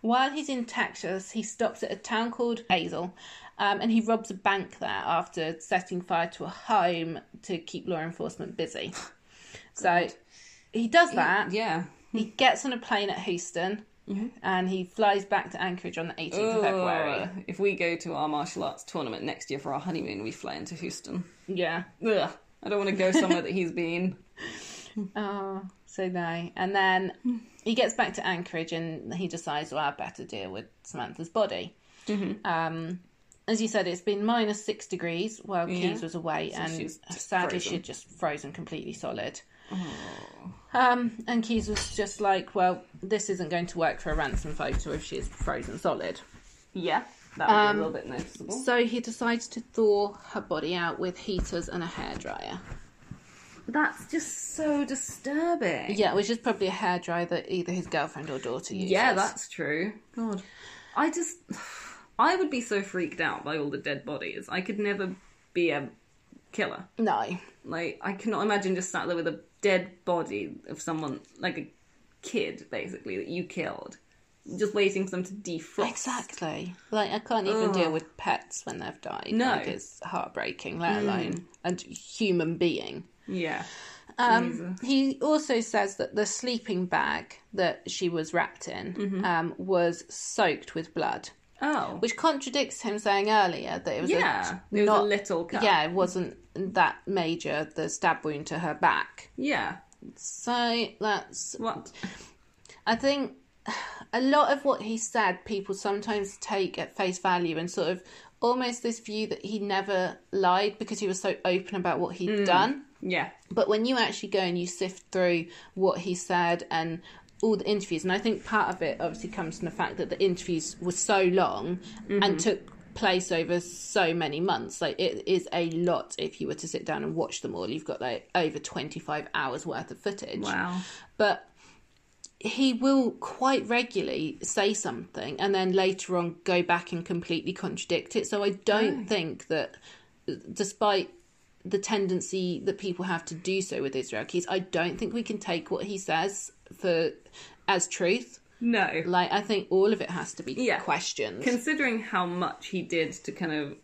A: While he's in Texas, he stops at a town called Hazel um, and he robs a bank there after setting fire to a home to keep law enforcement busy.
B: [laughs]
A: so he does that.
B: yeah, Mm-hmm.
A: He gets on a plane at Houston and he flies back to Anchorage on the 18th of February.
B: Ugh. If we go to our martial arts tournament next year for our honeymoon, we fly into Houston.
A: Yeah.
B: Ugh. I don't want to go somewhere that he's been.
A: Oh, so no. And then he gets back to Anchorage and he decides, well, I better deal with Samantha's body.
B: Mm-hmm.
A: Um, as you said, it's been minus six degrees while
B: Yeah.
A: Keys was away, and
B: she's just
A: sadly,
B: frozen. Oh.
A: she'd just frozen completely solid. Um, and Keys was just like, well, this isn't going to work for a ransom photo if she is frozen solid.
B: [laughs] Yeah, that would be a little bit noticeable.
A: So he decides to thaw her body out with heaters and a hairdryer.
B: That's just so disturbing.
A: Yeah, which is probably a hairdryer that either his girlfriend or daughter uses.
B: Yeah, that's true. God, I just, I would be so freaked out by all the dead bodies. I could never be a killer.
A: No.
B: Like, I cannot imagine just sat there with a dead body of someone, like a kid, basically that you killed, just waiting for them to defrost.
A: Exactly. Like I can't even deal with pets when they've died.
B: No. Hmm.
A: like, it's heartbreaking. Let alone a human being.
B: Yeah.
A: Um, he also says that the sleeping bag that she was wrapped in
B: Mm-hmm.
A: um, was soaked with blood,
B: Oh.
A: which contradicts him saying earlier that it was
B: Yeah,
A: a,
B: it was
A: not-
B: a little cut.
A: Yeah, it wasn't that major. The stab wound to her back.
B: Yeah.
A: So that's
B: What?
A: I think a lot of what he said, people sometimes take at face value and sort of almost this view that he never lied because he was so open about what he had done.
B: Yeah.
A: But when you actually go and you sift through what he said and all the interviews, and I think part of it obviously comes from the fact that the interviews were so long and took place over so many months. Like it is a lot if you were to sit down and watch them all. You've got like over 25 hours worth of footage
B: Wow.
A: but he will quite regularly say something and then later on go back and completely contradict it. So I don't think that, despite the tendency that people have to do so with Israel Keys, I don't think we can take what he says for as truth.
B: No.
A: Like I think all of it has to be
B: Yeah.
A: questioned.
B: Considering how much he did to kind of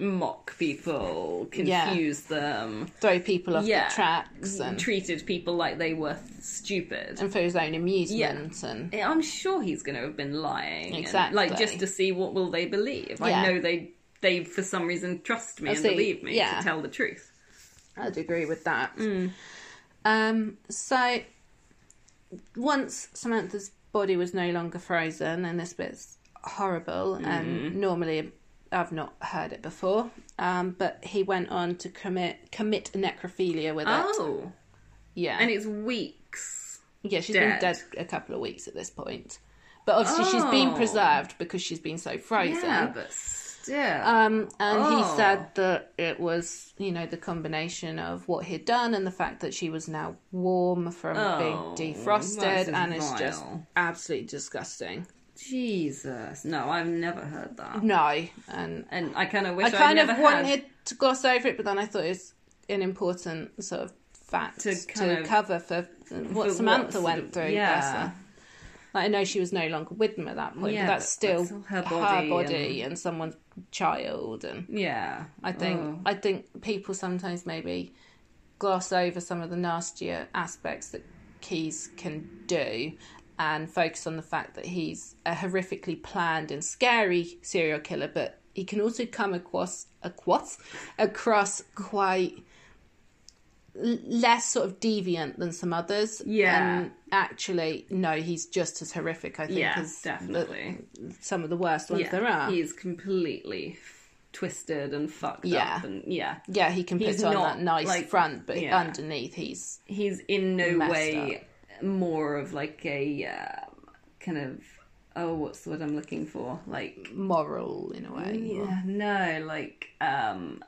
B: mock people,
A: Yeah.
B: confuse them,
A: Throw people off
B: yeah,
A: the tracks and,
B: treated people like they were stupid.
A: and for his own amusement and
B: Yeah, I'm sure he's going to have been lying, and- like
A: Exactly.
B: just to see what will they believe.
A: Yeah.
B: I know they they for some reason trust me and
A: see,
B: believe me
A: yeah.
B: to tell the truth.
A: I'd agree with that.
B: Mm.
A: Um, so once Samantha's body was no longer frozen, and this bit's horrible,
B: Mm-hmm.
A: and normally I've not heard it before, um, but he went on to commit commit necrophilia with it.
B: Oh,
A: Yeah,
B: and it's weeks.
A: yeah, she's been
B: dead.
A: dead a couple of weeks at this point, but obviously she's been
B: Oh.
A: preserved because she's been so frozen.
B: Yeah, but still.
A: Um, and
B: Oh.
A: he said that it was, you know, the combination of what he'd done and the fact that she was now warm from
B: Oh,
A: being
B: that
A: defrosted,
B: is
A: and it's just
B: vile.
A: absolutely
B: [laughs]
A: disgusting.
B: Jesus, no, I've never heard that.
A: No, and
B: And I kind of wish
A: I kind
B: I'd
A: of
B: never had.
A: wanted to gloss over it, but then I thought it was an important sort of fact to,
B: To kind of-
A: cover for what
B: what
A: Samantha
B: sort
A: went
B: of-
A: through.
B: yeah.
A: Ursula. Like, I know she was no longer with them at that point,
B: Yeah,
A: but that's
B: but
A: still,
B: that's still
A: her
B: her
A: body,
B: body
A: and... someone's child. And
B: Yeah.
A: I think
B: Oh.
A: I think people sometimes maybe gloss over some of the nastier aspects that Keys can do. And focus on the fact that he's a horrifically planned and scary serial killer, but he can also come across across across quite less sort of deviant than some others.
B: Yeah.
A: And actually, no, he's just as horrific, I think,
B: Yeah,
A: as the-
B: definitely.
A: some of the worst ones
B: yeah.
A: there are.
B: He's completely twisted and fucked
A: Yeah.
B: up. And yeah.
A: yeah, he can put
B: He's
A: on
B: not,
A: that nice
B: like-
A: front, but
B: yeah.
A: underneath he's.
B: he's in no
A: messed
B: way more of like a um kind of oh what's the word i'm looking for like
A: Moral in a way.
B: yeah no like um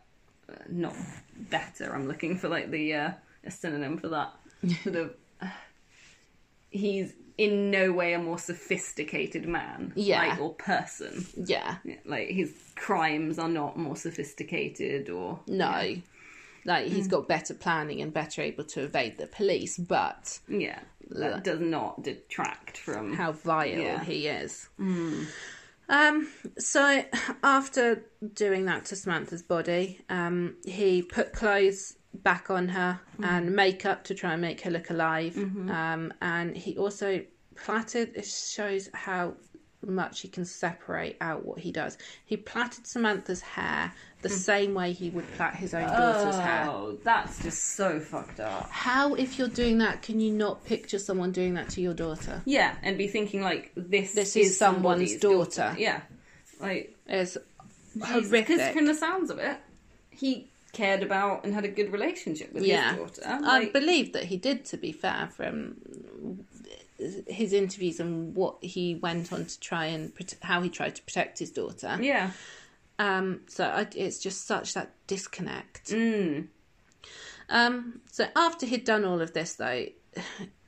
B: not better i'm looking for like the uh a synonym
A: [laughs]
B: for that sort of he's in no way a more sophisticated man
A: Yeah.
B: like, or person
A: Yeah,
B: like his crimes are not more sophisticated or
A: no, like
B: Mm.
A: he's got better planning and better able to evade the police, but
B: yeah that does not detract from
A: how vile
B: Yeah. Mm.
A: he is. Um, so after doing that to Samantha's body, um, he put clothes back on her
B: Mm.
A: and makeup to try and make her look alive.
B: Mm-hmm.
A: Um, and he also plaited. It shows how much he can separate out what he does. He plaited Samantha's hair the same way he would plait his own daughter's hair.
B: Mm. Oh, that's just so fucked up.
A: How, if you're doing that, can you not picture someone doing that to your daughter?
B: Yeah, and be thinking like this.
A: This is someone's
B: somebody's
A: daughter.
B: Yeah, like
A: It's
B: because
A: horrific.
B: from the sounds of it, he cared about and had a good relationship with
A: yeah.
B: his daughter.
A: I
B: Like,
A: believe that he did, to be fair, from his interviews and what he went on to try and prote- how he tried to protect his daughter.
B: yeah,
A: Um, so I, it's just such that disconnect.
B: Mm.
A: Um, so after he'd done all of this, though,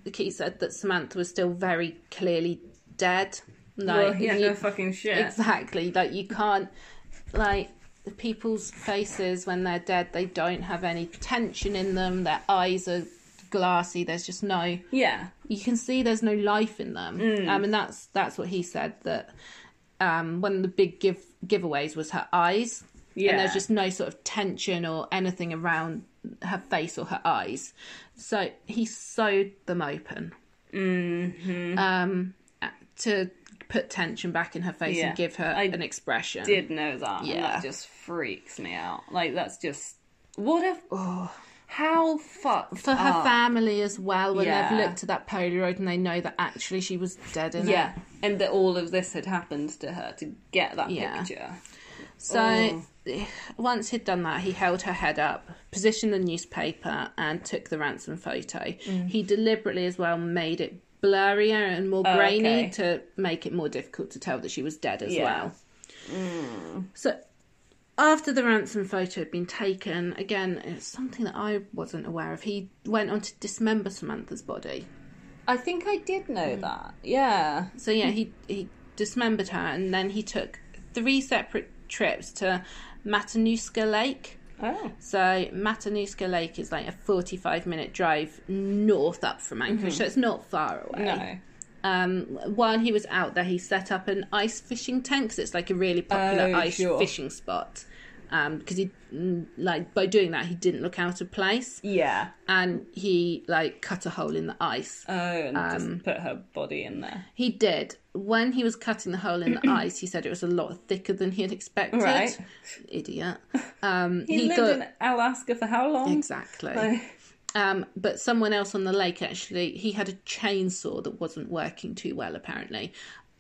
A: [sighs] he said that Samantha was still very clearly dead. Like,
B: well, yeah,
A: you-
B: no fucking shit.
A: Exactly. Like you can't like people's faces when they're dead, they don't have any tension in them. Their eyes are glassy. There's just no
B: Yeah,
A: you can see there's no life in them.
B: Mm.
A: Um, and that's that's what he said that um, one of the big give giveaways was her eyes.
B: Yeah.
A: And there's just no sort of tension or anything around her face or her eyes. So he sewed them open.
B: Mm-hmm.
A: Um, to put tension back in her face
B: Yeah.
A: and give her
B: I
A: an expression.
B: did know that. and
A: Yeah.
B: that just freaks me out. Like that's just what if. How fucked
A: For her
B: up.
A: family as well, when
B: Ah. Yeah.
A: they've looked at that Polaroid and they know that actually she was dead in it.
B: Yeah, and that all of this had happened to her to get that
A: Yeah.
B: picture.
A: So
B: Mm.
A: once he'd done that, he held her head up, positioned the newspaper, and took the ransom photo.
B: Mm.
A: He deliberately, as well, made it blurrier and more grainy
B: Oh, okay.
A: to make it more difficult to tell that she was dead as
B: Yeah. Mm.
A: well. So after the ransom photo had been taken, again, it's something that I wasn't aware of. He went on to dismember Samantha's body.
B: I think I did know that. Yeah.
A: So yeah, he he dismembered her, and then he took three separate trips to Matanuska Lake.
B: Oh.
A: So Matanuska Lake is like a 45 minute drive north up from Anchorage, so it's not far away.
B: Mm-hmm. No.
A: Um, while he was out there, he set up an ice fishing tent 'cause it's like a really popular
B: Oh,
A: ice
B: sure.
A: fishing spot. Um, because he mm, like by doing that he didn't look out of place
B: Yeah.
A: and he like cut a hole in the ice.
B: Oh, and
A: Um,
B: just put her body in there.
A: He did. When he was cutting the hole in
B: [clears throat]
A: the ice, he said it was a lot thicker than he had expected.
B: Right.
A: Idiot. Um,
B: He, lived
A: got
B: in Alaska for how long?
A: exactly. Um, but someone else on the lake actually, he had a chainsaw that wasn't working too well apparently.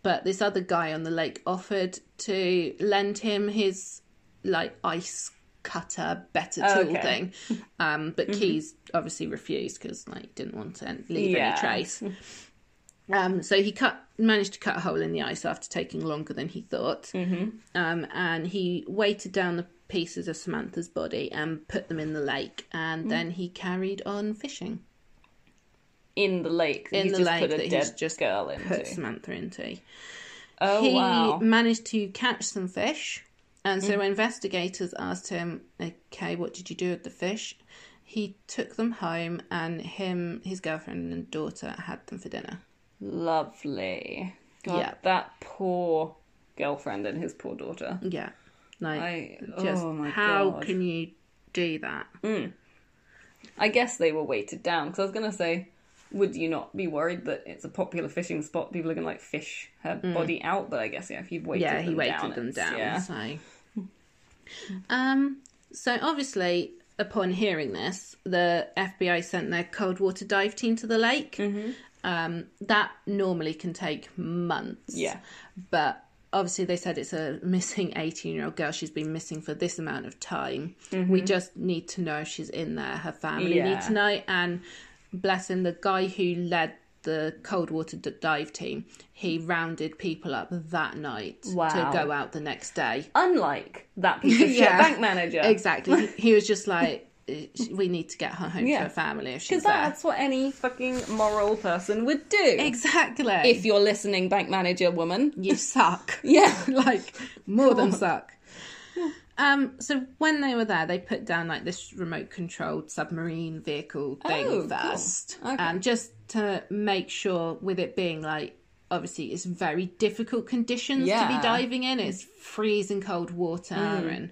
A: But this other guy on the lake offered to lend him his like ice cutter better tool
B: Okay.
A: thing. Um, but Keys obviously refused because like he didn't want to leave
B: Yeah.
A: any trace. Um, so he cut managed to cut a hole in the ice after taking longer than he thought. Mm-hmm. Um, and he weighted down the pieces of Samantha's body and put them in the lake. And
B: Mm.
A: then he carried on fishing.
B: in the lake. that
A: In
B: he's
A: the
B: just
A: lake
B: put a
A: that he's
B: dead
A: just
B: girl
A: Put
B: into.
A: Samantha into.
B: Oh
A: he
B: wow. Mm.
A: managed to catch some fish. And so when investigators asked him, okay, what did you do with the fish? He took them home, and him, his girlfriend, and daughter had them for dinner.
B: Lovely. God,
A: Yeah.
B: that poor girlfriend and his poor daughter.
A: Yeah, like
B: I-
A: just
B: oh my
A: how
B: God.
A: can you do that?
B: I guess they were weighted down because I was gonna say, would you not be worried that it's a popular fishing spot? People are gonna like fish her body out, but I guess yeah, if you've weighted
A: Mm. yeah,
B: them
A: he weighted
B: down,
A: them
B: it's-
A: down.
B: Yeah.
A: So, um, so obviously, upon hearing this, the FBI sent their cold water dive team to the lake.
B: Mm-hmm.
A: Um, that normally can take months.
B: Yeah.
A: but obviously they said it's a missing 18 year old girl she's been missing for this amount of time we just need to know if she's in there her family need
B: Mm-hmm. Yeah.
A: to know and bless him the guy who led the cold water d- dive team he rounded people up that night to
B: Wow.
A: go out the next day
B: Unlike
A: [laughs]
B: that piece of shit
A: Yeah.
B: bank manager,
A: [laughs] exactly he was just
B: [laughs]
A: like "Uh, we need to get her home to
B: Yeah.
A: her family if she's
B: because
A: there
B: that's what any fucking moral person would do.
A: exactly
B: If you're listening, bank manager woman, [laughs]
A: you suck
B: yeah,
A: [laughs] like more than suck. Um, so when they were there, they put down like this remote-controlled submarine vehicle thing
B: Oh, cool.
A: first,
B: Okay.
A: um, just to make sure with it being like obviously it's very difficult conditions to
B: Yeah. Mm.
A: be diving in. It's freezing cold water, and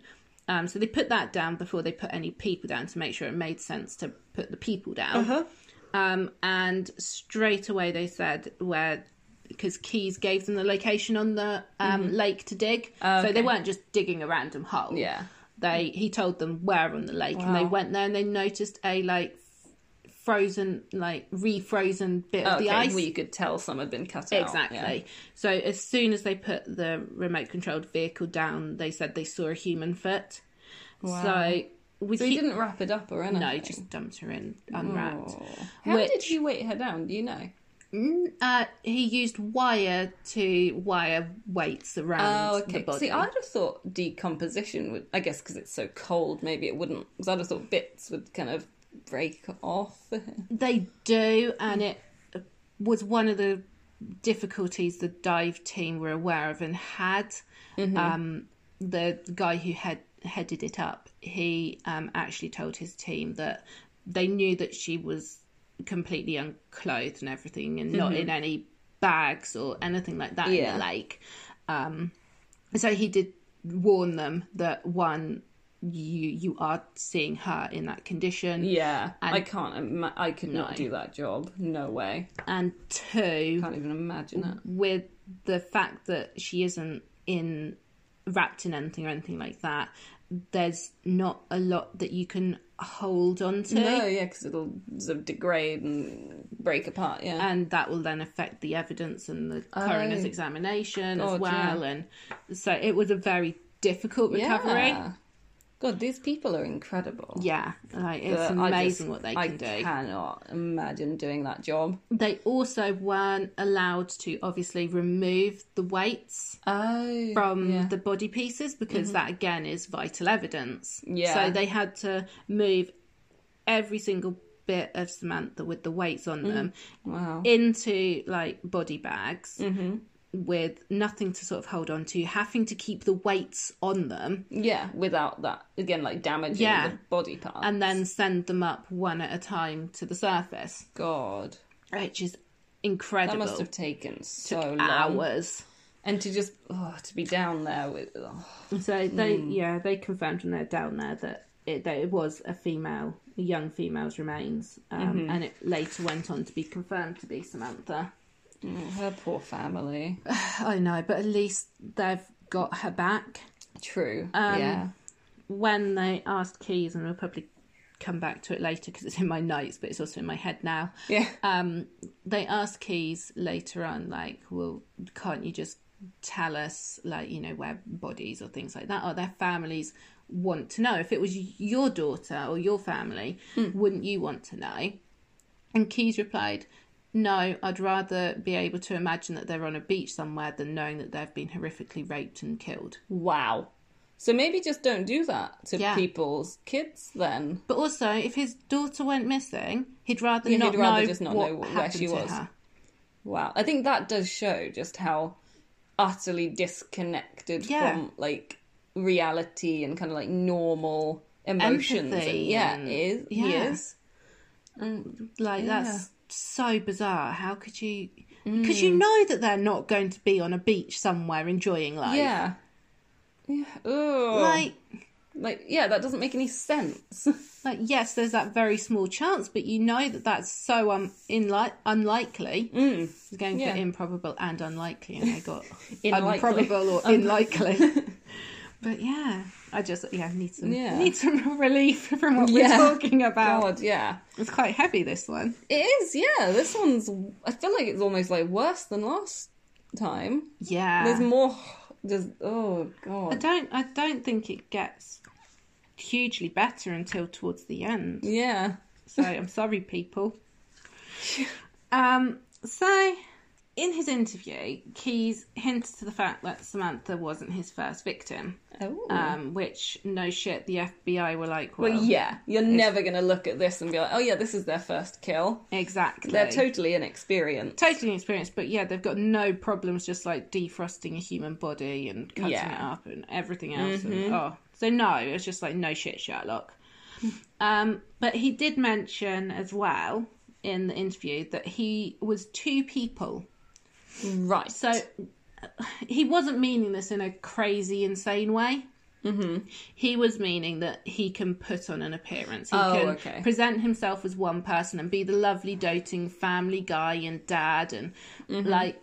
A: um, so they put that down before they put any people down to make sure it made sense to put the people down.
B: Uh-huh.
A: Um, and straight away they said where because Keys gave them the location on the um,
B: Mm-hmm.
A: lake to dig, so they weren't just digging a random hole.
B: yeah.
A: They he told them where on the lake, and they
B: Wow.
A: went there and they noticed a like f- frozen, like refrozen bit of the ice.
B: well, you could tell some had been cut out.
A: Exactly. So as soon as they put the remote controlled vehicle down, they said they saw a human foot. So with
B: So he
A: hu-
B: didn't wrap it up or anything.
A: no, just dumped her in unwrapped.
B: Oh. How did he weight her down? Do you know?
A: Mm, Uh, he used wire to wire weights around
B: Oh, okay.
A: the body.
B: See, I just thought decomposition would. I guess because it's so cold, maybe it wouldn't. Because I just thought bits would kind of break off. [laughs]
A: They do, and it was one of the difficulties the dive team were aware of and had.
B: Mm-hmm.
A: Um, the guy who had headed it up, he um, actually told his team that they knew that she was completely unclothed and everything, and not in any bags or anything like that in
B: Mm-hmm. Yeah.
A: the lake. Um, so he did warn them that one, you you are seeing her in that condition.
B: yeah, I can't. Ima- I could not do that job. No way.
A: and two
B: Can't even imagine it.
A: with the fact that she isn't in wrapped in anything or anything like that there's not a lot that you can hold on to
B: No, yeah, because it'll sort of degrade and break apart. Yeah.
A: and that will then affect the evidence and the coroner's
B: Oh.
A: examination as
B: God,
A: well and so it was a very difficult recovery yeah,
B: Yeah. God, these people are incredible.
A: like it's
B: But I
A: amazing
B: just-
A: what they
B: I
A: can do
B: cannot imagine doing that job.
A: they also weren't allowed to obviously remove the weights
B: Oh,
A: from
B: yeah. Mm-hmm.
A: the body pieces because that again is vital evidence.
B: Yeah.
A: So they had to move every single bit of Samantha with the weights on them
B: wow.
A: into like body bags
B: Mm-hmm.
A: with nothing to sort of hold on to, having to keep the weights on them
B: Yeah, without that again, like damaging
A: Yeah.
B: the body part.
A: and then send them up one at a time to the surface,
B: God,
A: which is
B: that
A: incredible.
B: must have taken so long.
A: hours.
B: And to just oh, to be down there with oh,
A: So they, yeah, they confirmed when they're down there that it, that it was a female, a young female's remains, um, and it later went on to be confirmed to be Samantha.
B: her poor family.
A: I know, but at least they've got her back. Um,
B: True. yeah.
A: When they asked Keys, and we'll probably come back to it later because it's in my notes, but it's also in my head now.
B: Yeah.
A: Um, they asked Keys later on, like, well, can't you just tell us, like, you know, where bodies or things like that or their families want to know? If it was your daughter or your family,
B: Hmm.
A: wouldn't you want to know? And Keys replied, no, I'd rather be able to imagine that they're on a beach somewhere than knowing that they've been horrifically raped and killed.
B: wow. So maybe just don't do that to
A: Yeah.
B: people's kids then.
A: But also, if his daughter went missing, he'd rather
B: Yeah, he'd
A: not
B: rather
A: know
B: just not
A: what
B: know where
A: happened
B: she
A: to
B: was.
A: her.
B: Wow. I think that does show just how utterly disconnected
A: Yeah.
B: from like reality and kind of like normal emotions.
A: Empathy
B: yeah,
A: and-
B: is he
A: yeah.
B: is.
A: And like
B: Yeah.
A: that's so bizarre. How could you? Because
B: Mm.
A: you know that they're not going to be on a beach somewhere enjoying life.
B: Yeah. Yeah. Ugh.
A: Like,
B: like yeah, that doesn't make
A: [laughs]
B: any sense.
A: like yes, there's that very small chance, but you know that that's so um in like unlikely. Mm. It's going
B: Yeah.
A: for improbable and unlikely, and they got
B: [laughs] Unlikely.
A: improbable
B: [laughs]
A: or unlikely. but yeah, I just yeah need some
B: Yeah.
A: need some [laughs] relief from what
B: Yeah.
A: we're talking about.
B: God, yeah.
A: It's quite heavy this one.
B: It is, yeah. This one's I feel like it's almost like worse than last time.
A: Yeah,
B: There's more just oh
A: I
B: god.
A: don't I don't think it gets hugely better until towards the end.
B: Yeah.
A: So I'm sorry
B: [laughs]
A: people. Um so in his interview, Keys hints to the fact that Samantha wasn't his first victim.
B: Oh.
A: Um, which no shit, the FBI were like, well,
B: but yeah, you're never gonna look at this and be like, oh yeah, this is their first kill.
A: exactly.
B: They're totally inexperienced.
A: totally inexperienced, but yeah, they've got no problems just like defrosting a human body and cutting
B: Yeah.
A: it up and everything else. And, oh, so no, it was just like no shit, Sherlock. um, but he did mention as well in the interview that he was two people.
B: Right.
A: So he wasn't meaning this in a crazy, insane way.
B: Mm-hmm.
A: He was meaning that he can put on an appearance. He
B: Oh,
A: can
B: okay.
A: present himself as one person and be the lovely, doting family guy and dad. And
B: Mm-hmm.
A: like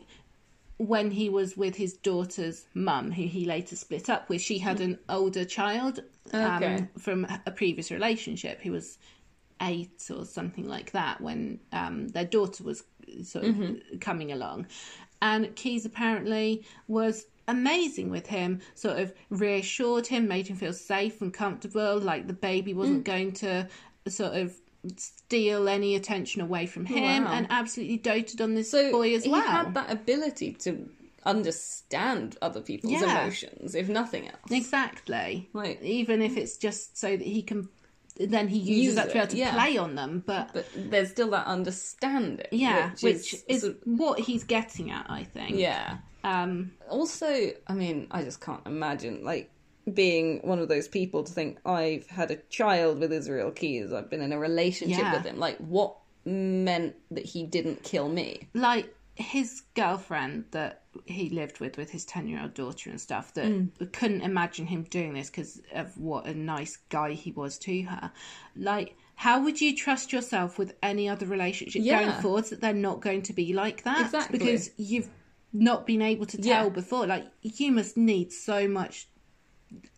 A: when he was with his daughter's mum, who he later split up with, she had an older child
B: Okay.
A: um, from a previous relationship. He was eight or something like that when um, their daughter was sort of
B: Mm-hmm.
A: coming along. And Keys apparently was amazing with him, sort of reassured him, made him feel safe and comfortable, like the baby wasn't
B: Mm.
A: going to sort of steal any attention away from him,
B: Oh, Wow.
A: and absolutely doted on this
B: so
A: boy as
B: he
A: well.
B: had that ability to understand other people's
A: Yeah.
B: emotions, if nothing else.
A: Exactly.
B: Like- mm.
A: even if it's just so that he can, then he uses
B: Use
A: that to be
B: it,
A: able to
B: yeah.
A: play on them. But,
B: But there's still that understanding.
A: yeah, which, is,
B: sort of-
A: what he's getting at, I think.
B: yeah.
A: Um,
B: Also, I mean, I just can't imagine like being one of those people to think I've had a child with Israel Keys. I've been in a relationship
A: Yeah.
B: with him. Like what meant that he didn't kill me?
A: like his girlfriend that he lived with with his 10 year old daughter and stuff that
B: Mm.
A: couldn't imagine him doing this because of what a nice guy he was to her like how would you trust yourself with any other relationship
B: Yeah.
A: going forwards that they're not going to be like that
B: Exactly.
A: because you've not been able to tell
B: Yeah.
A: before like you must need so much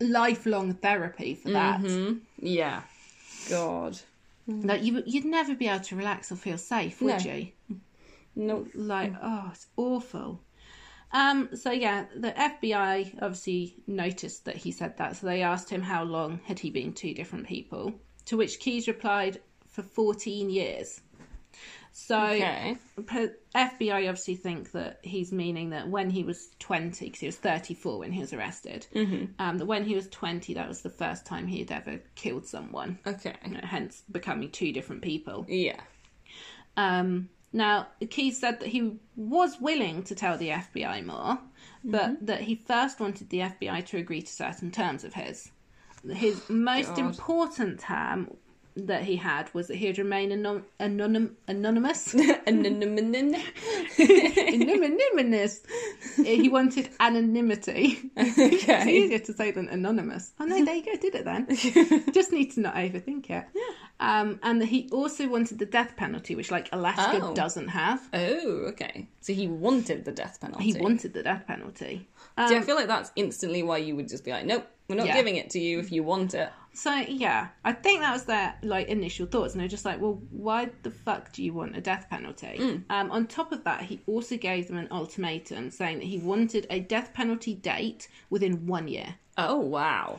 A: lifelong therapy for that
B: Mm-hmm. Yeah. God.
A: like you, you'd never be able to relax or feel safe would
B: No.
A: you
B: No.
A: like oh it's awful um so yeah the fbi obviously noticed that he said that so they asked him how long had he been two different people to which keys replied for 14 years so
B: Okay.
A: p- fbi obviously think that he's meaning that when he was 20 because he was 34 when he was arrested um, that when he was 20 that was the first time he had ever killed someone
B: Okay.
A: you know, hence becoming two different people
B: Yeah. [laughs]
A: um, now, Keys said that he was willing to tell the FBI more, but
B: Mm-hmm.
A: that he first wanted the FBI to agree to certain terms of his. His
B: [sighs]
A: most
B: God.
A: important term that he had was that he would remain anon- anonym- anonymous. [laughs]
B: Anonymous.
A: anonymous. he wanted
B: [laughs]
A: anonymity. It's
B: okay.
A: easier to say than anonymous. Oh no, there you go, did it
B: [laughs]
A: then. Just need to not overthink it. Um, and that he also wanted the death penalty, which like Alaska
B: Oh.
A: doesn't have.
B: Oh, okay. So he wanted the death penalty.
A: He wanted the death penalty. Um,
B: See, I feel like that's instantly why you would just be like, nope, we're not
A: Yeah.
B: giving it to you if you want it.
A: so yeah, I think that was their like initial thoughts, and they're just like, well, why the fuck do you want a death penalty?
B: Mm.
A: Um, on top of that, he also gave them an ultimatum saying that he wanted a death penalty date within one year.
B: Oh, wow.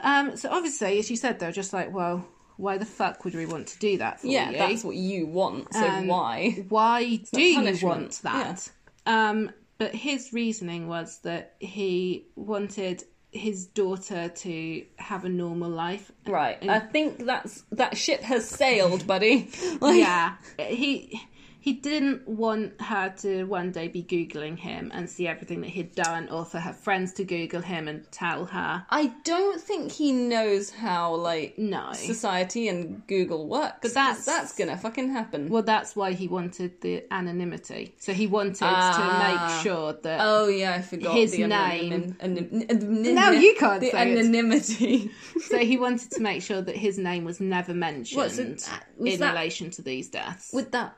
A: Um, so obviously, as you said, they're just like, well, why the fuck would we want to do that for
B: Yeah,
A: you?
B: that's what you want, so
A: Um,
B: why?
A: why do you
B: punishment,
A: want that? Um, but his reasoning was that he wanted his daughter to have a normal life. mm.
B: Right. I think that's that ship has sailed, buddy. [laughs] Like,
A: Yeah. He He didn't want her to one day be Googling him and see everything that he'd done, or for her friends to Google him and tell her.
B: I don't think he knows how like
A: No.
B: society and Google works. But
A: that's-
B: that's gonna fucking happen.
A: Well, that's why he wanted the anonymity. So he wanted to
B: Ah.
A: make sure that.
B: oh yeah, I forgot
A: His
B: the
A: name.
B: Anonym, anonym,
A: Now you can't
B: the
A: say it.
B: anonymity.
A: So he wanted to make sure that his name was never mentioned
B: What, so that- was
A: in
B: that-
A: relation to these deaths.
B: [laughs] Would that?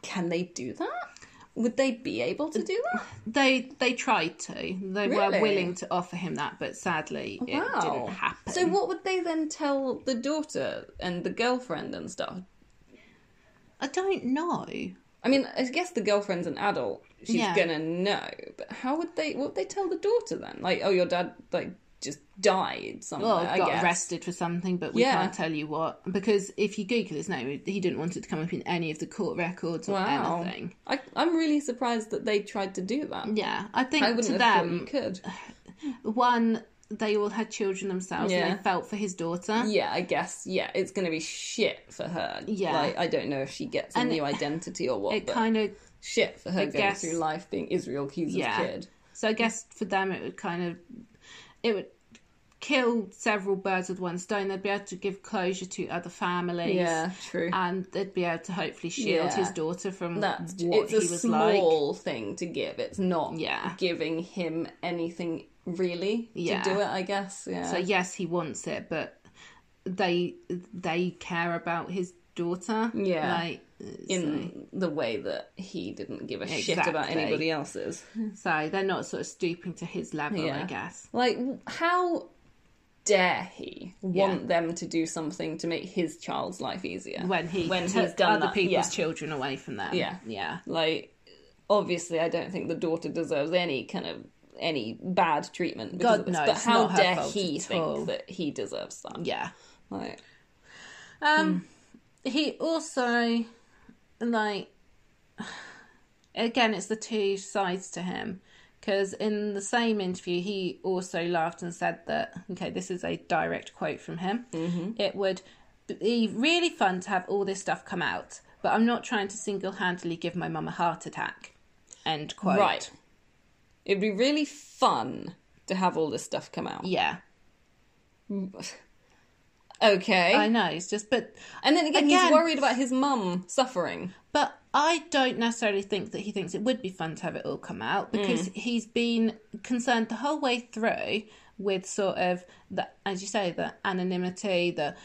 B: Can they do that? Would they be able to do that?
A: They they tried to. They were
B: Really?
A: willing to offer him that, but sadly it
B: Wow.
A: didn't happen.
B: So what would they then tell the daughter and the girlfriend and stuff?
A: I don't know.
B: I mean, I guess the girlfriend's an adult. She's
A: Yeah.
B: gonna know. But how would they? What would they tell the daughter then? Like, oh, your dad like just died somewhere.
A: Well,
B: I
A: got
B: guess.
A: arrested for something, but we
B: Yeah.
A: can't tell you what because if you Google his name, he didn't want it to come up in any of the court records or
B: Wow.
A: anything.
B: I, I'm really surprised that they tried to do that.
A: Yeah, I think
B: I
A: Mm, to
B: wouldn't have thought you
A: them,
B: could.
A: one they all had children themselves,
B: Yeah.
A: and they felt for his daughter.
B: Yeah, I guess. Yeah, it's gonna be shit for her.
A: Yeah.
B: like I don't know if she gets a
A: And
B: new identity or what.
A: It
B: but
A: kind of
B: shit for her going
A: guess-
B: through life being Israel Keys'
A: Yeah.
B: kid.
A: So I guess for them, it would kind of it would kill several birds with one stone. They'd be able to give closure to other families,
B: Yeah, true.
A: and they'd be able to hopefully shield
B: Yeah.
A: his daughter from
B: That's
A: what
B: it's
A: he
B: a
A: was like.
B: small thing to give. It's not
A: Yeah.
B: giving him anything really
A: Yeah.
B: to do it. I guess. Yeah.
A: So Uh, yes, he wants it, but they they care about his daughter.
B: Yeah.
A: like
B: in the way that he didn't give a shit about
A: Exactly.
B: anybody else's.
A: so they're not sort of stooping to his level, I
B: Yeah.
A: guess.
B: Like, w- how dare he want
A: Yeah.
B: them to do something to make his child's life easier
A: When he
B: when
A: took
B: he's done
A: other
B: that?
A: people's
B: Yeah.
A: children away from them.
B: Yeah.
A: yeah.
B: Like, obviously, I don't think the daughter deserves any kind of any bad treatment. because
A: God,
B: of this,
A: no,
B: But
A: it's
B: how
A: not her
B: dare
A: fault
B: he
A: at
B: think
A: all.
B: that he deserves that?
A: yeah.
B: Like,
A: Um, he also like again, it's the two sides to him because in the same interview, he also laughed and said that okay, this is a direct quote from him. It would be really fun to have all this stuff come out, but I'm not trying to single handedly give my mum a heart attack. End quote.
B: right. It'd be really fun to have all this stuff come out.
A: Yeah,
B: [laughs] Okay.
A: I know. It's just, but
B: and then again,
A: Again-
B: he's worried about his mum suffering.
A: But I don't necessarily think that he thinks it would be fun to have it all come out because
B: Mm.
A: he's been concerned the whole way through with sort of the, as you say, the anonymity, the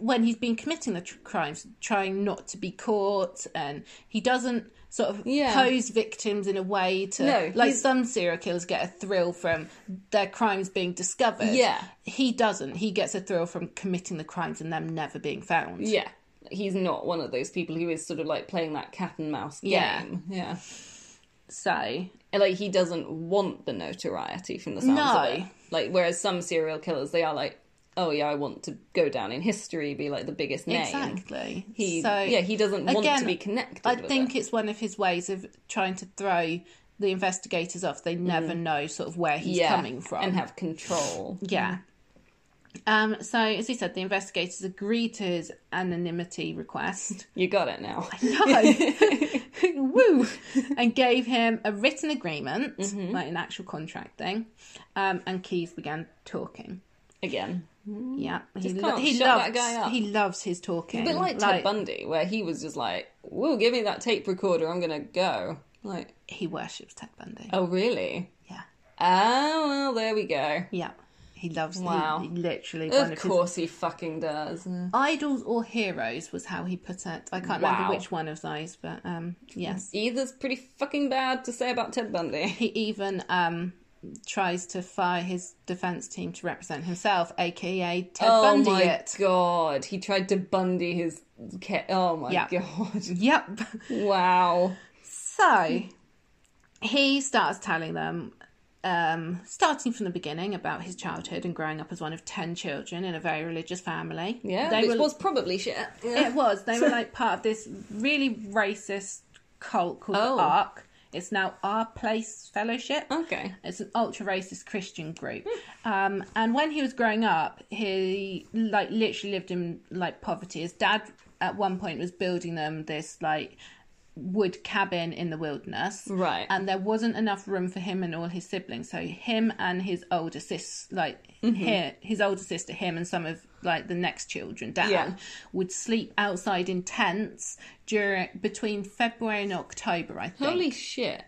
A: when he's been committing the tr- crimes, trying not to be caught, and he doesn't sort of
B: Yeah.
A: pose victims in a way to
B: No,
A: like
B: he's-
A: some serial killers get a thrill from their crimes being discovered.
B: Yeah.
A: he doesn't. He gets a thrill from committing the crimes and them never being found.
B: Yeah. He's not one of those people who is sort of like playing that cat and mouse game.
A: Yeah.
B: Yeah.
A: So
B: And, Like he doesn't want the notoriety from the sounds
A: No.
B: of it. Like whereas some serial killers they are like, Oh yeah, I want to go down in history, be like the biggest name.
A: Exactly.
B: He
A: so
B: yeah, he doesn't want
A: again,
B: to be connected.
A: I
B: with
A: think it's one of his ways of trying to throw the investigators off. They never know sort of where
B: it.
A: he's
B: Mm-hmm. yeah,
A: coming from.
B: And have control.
A: yeah. Um, so as he said, the investigators agreed to his anonymity request. [laughs]
B: You got it now.
A: No. Woo! And gave him a written agreement,
B: Mm-hmm.
A: like an actual contract thing. Um, and Keys began talking.
B: [laughs] Again.
A: Yeah, he,
B: Mm. can't
A: he
B: shut that
A: loves
B: guy up.
A: he loves his talking.
B: A bit like Ted Bundy, where he was just like, Whoa, give me that tape recorder, I'm gonna go. Like,
A: he worships Ted Bundy.
B: oh really?
A: Yeah.
B: Oh well there we go.
A: Yeah. He loves he-
B: Wow.
A: He, literally one
B: Of
A: of
B: course he fucking does.
A: his idols or heroes was how he put it. I can't
B: Wow.
A: remember which one of those, but um yes.
B: Either's pretty fucking bad to say about Ted Bundy.
A: He even um tries to fire his defense team to represent himself, aka Ted
B: [laughs] oh
A: Bundy
B: my
A: it.
B: god, he tried to Bundy his ca- oh my
A: Yeah.
B: god. [laughs]
A: Yep. [laughs]
B: Wow.
A: So he starts telling them, um, starting from the beginning, about his childhood and growing up as one of ten children in a very religious family.
B: Yeah,
A: they
B: which
A: were
B: was probably shit. Yeah.
A: It was. They were like part of this really racist cult called
B: Oh.
A: the Ark. It's now Our Place Fellowship.
B: Okay.
A: It's an ultra racist Christian group. Um, and when he was growing up, he like literally lived in like poverty. His dad at one point was building them this like wood cabin in the wilderness.
B: Right.
A: And there wasn't enough room for him and all his siblings. So him and his older sis, like
B: Mm-hmm.
A: he- his older sister, him and some of like the next children down,
B: Yeah.
A: would sleep outside in tents during between February and October, I think
B: Holy shit.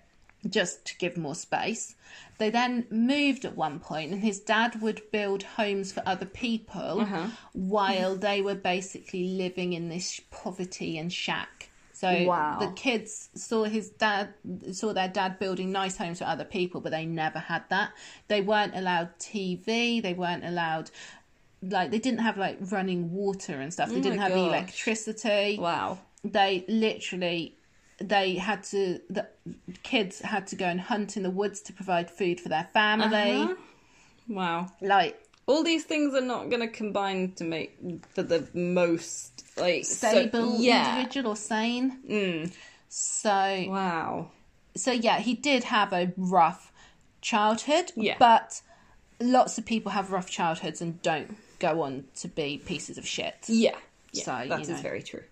A: just to give more space. They then moved at one point, and his dad would build homes for other people
B: Uh-huh.
A: while they were basically living in this poverty and shack. So
B: Wow.
A: the kids saw his dad saw their dad building nice homes for other people, but they never had that. They weren't allowed TV. They weren't allowed like they didn't have like running water and stuff. They didn't
B: Oh my
A: have
B: gosh.
A: electricity
B: Wow.
A: they literally they had to the kids had to go and hunt in the woods to provide food for their family
B: Uh-huh. Wow.
A: like
B: All these things are not going to combine to make for the most like so-
A: stable
B: yeah. Mm.
A: individual or sane so
B: Wow.
A: so yeah he did have a rough childhood
B: Yeah.
A: but lots of people have rough childhoods and don't go on to be pieces of shit
B: Yeah.
A: So,
B: yeah
A: you
B: that is
A: know.
B: very true.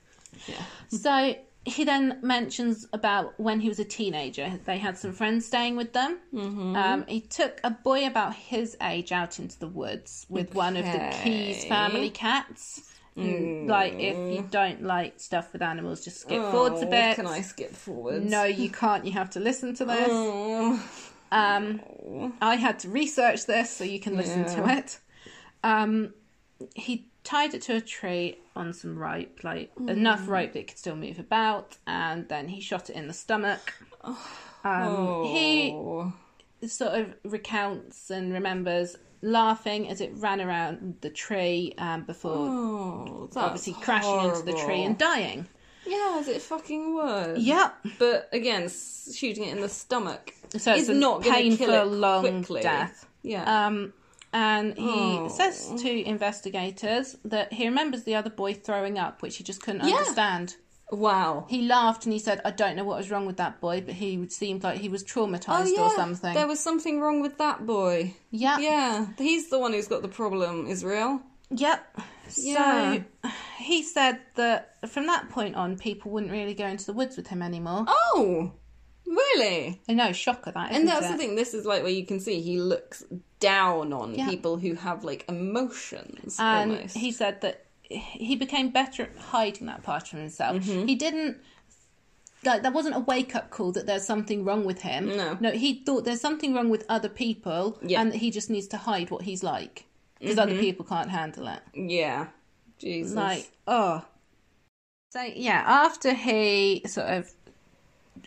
B: Yeah.
A: So he then mentions about when he was a teenager, they had some friends staying with them. Mm-hmm. Um, he took a boy about his age out into the woods with one of the Keys
B: Okay.
A: family cats. Mm, Like, if you don't like stuff with animals, just skip forwards a
B: Oh,
A: bit.
B: Can I skip forwards?
A: No, you can't. You have to listen to this.
B: Oh.
A: Um, I had to research this so you can listen to it. Um, he tied it to a tree on some rope, like
B: Oh,
A: enough rope that it could still move about, and then he shot it in the stomach. Um, He
B: Oh.
A: sort of recounts and remembers laughing as it ran around the tree um, before
B: Oh, that's
A: obviously crashing into the tree
B: horrible.
A: and dying.
B: Yeah, as it fucking was.
A: Yep.
B: But again, s- shooting it in the stomach
A: So it's
B: is
A: a
B: not gonna
A: painful,
B: kill it
A: long
B: quickly.
A: death.
B: Yeah.
A: Um, and he
B: Oh.
A: says to investigators that he remembers the other boy throwing up, which he just couldn't understand.
B: wow.
A: He laughed and he said, I don't know what was wrong with that boy, but he seemed like he was traumatized or something.
B: Oh, There was something wrong with that boy.
A: yeah.
B: Yeah, he's the one who's got the problem, Israel.
A: Yep.
B: Yeah.
A: So he said that from that point on, people wouldn't really go into the woods with him anymore.
B: Oh, really?
A: I know, shocker that.
B: And
A: isn't
B: that's
A: it?
B: the thing. This is like where you can see he looks down on
A: Yeah.
B: people who have like emotions.
A: and
B: almost.
A: he said that he became better at hiding that part of himself.
B: Mm-hmm.
A: He didn't like that wasn't a wake up call that there's something wrong with him.
B: No.
A: no, he thought there's something wrong with other people,
B: Yeah. Mm-hmm.
A: and that he just needs to hide what he's like because other people can't handle it.
B: yeah, Jesus.
A: Like, oh. So yeah, after he sort of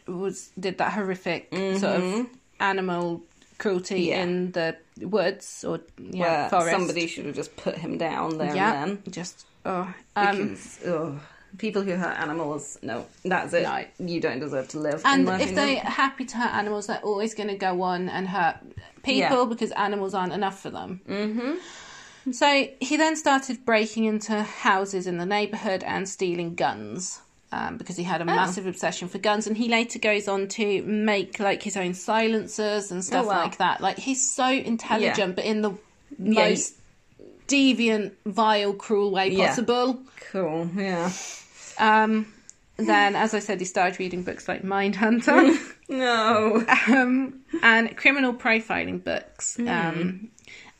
A: was did that horrific sort of animal cruelty
B: Mm-hmm. Yeah.
A: in the woods or yeah,
B: where
A: forest.
B: somebody should have just put him down there
A: yeah,
B: and then.
A: just oh, um,
B: Because ugh, people who hurt animals, no, that's it.
A: No.
B: You don't deserve to live. in
A: And
B: my
A: if
B: opinion.
A: they're happy to hurt animals, they're always going to go on and hurt people
B: Yeah.
A: because animals aren't enough for them. Mm-hmm. So he then started breaking into houses in the neighbourhood and stealing guns um, because he had
B: Oh.
A: a massive obsession for guns. And he later goes on to make like his own silencers and stuff
B: Oh, wow.
A: like that. Like he's so intelligent,
B: Yeah.
A: but in the
B: he-
A: most deviant, vile, cruel way
B: Yeah.
A: possible.
B: cool, yeah.
A: Um, then, as I said, he started reading books like
B: [laughs]
A: Mindhunter.
B: No.
A: um, and criminal profiling books
B: Hmm.
A: um,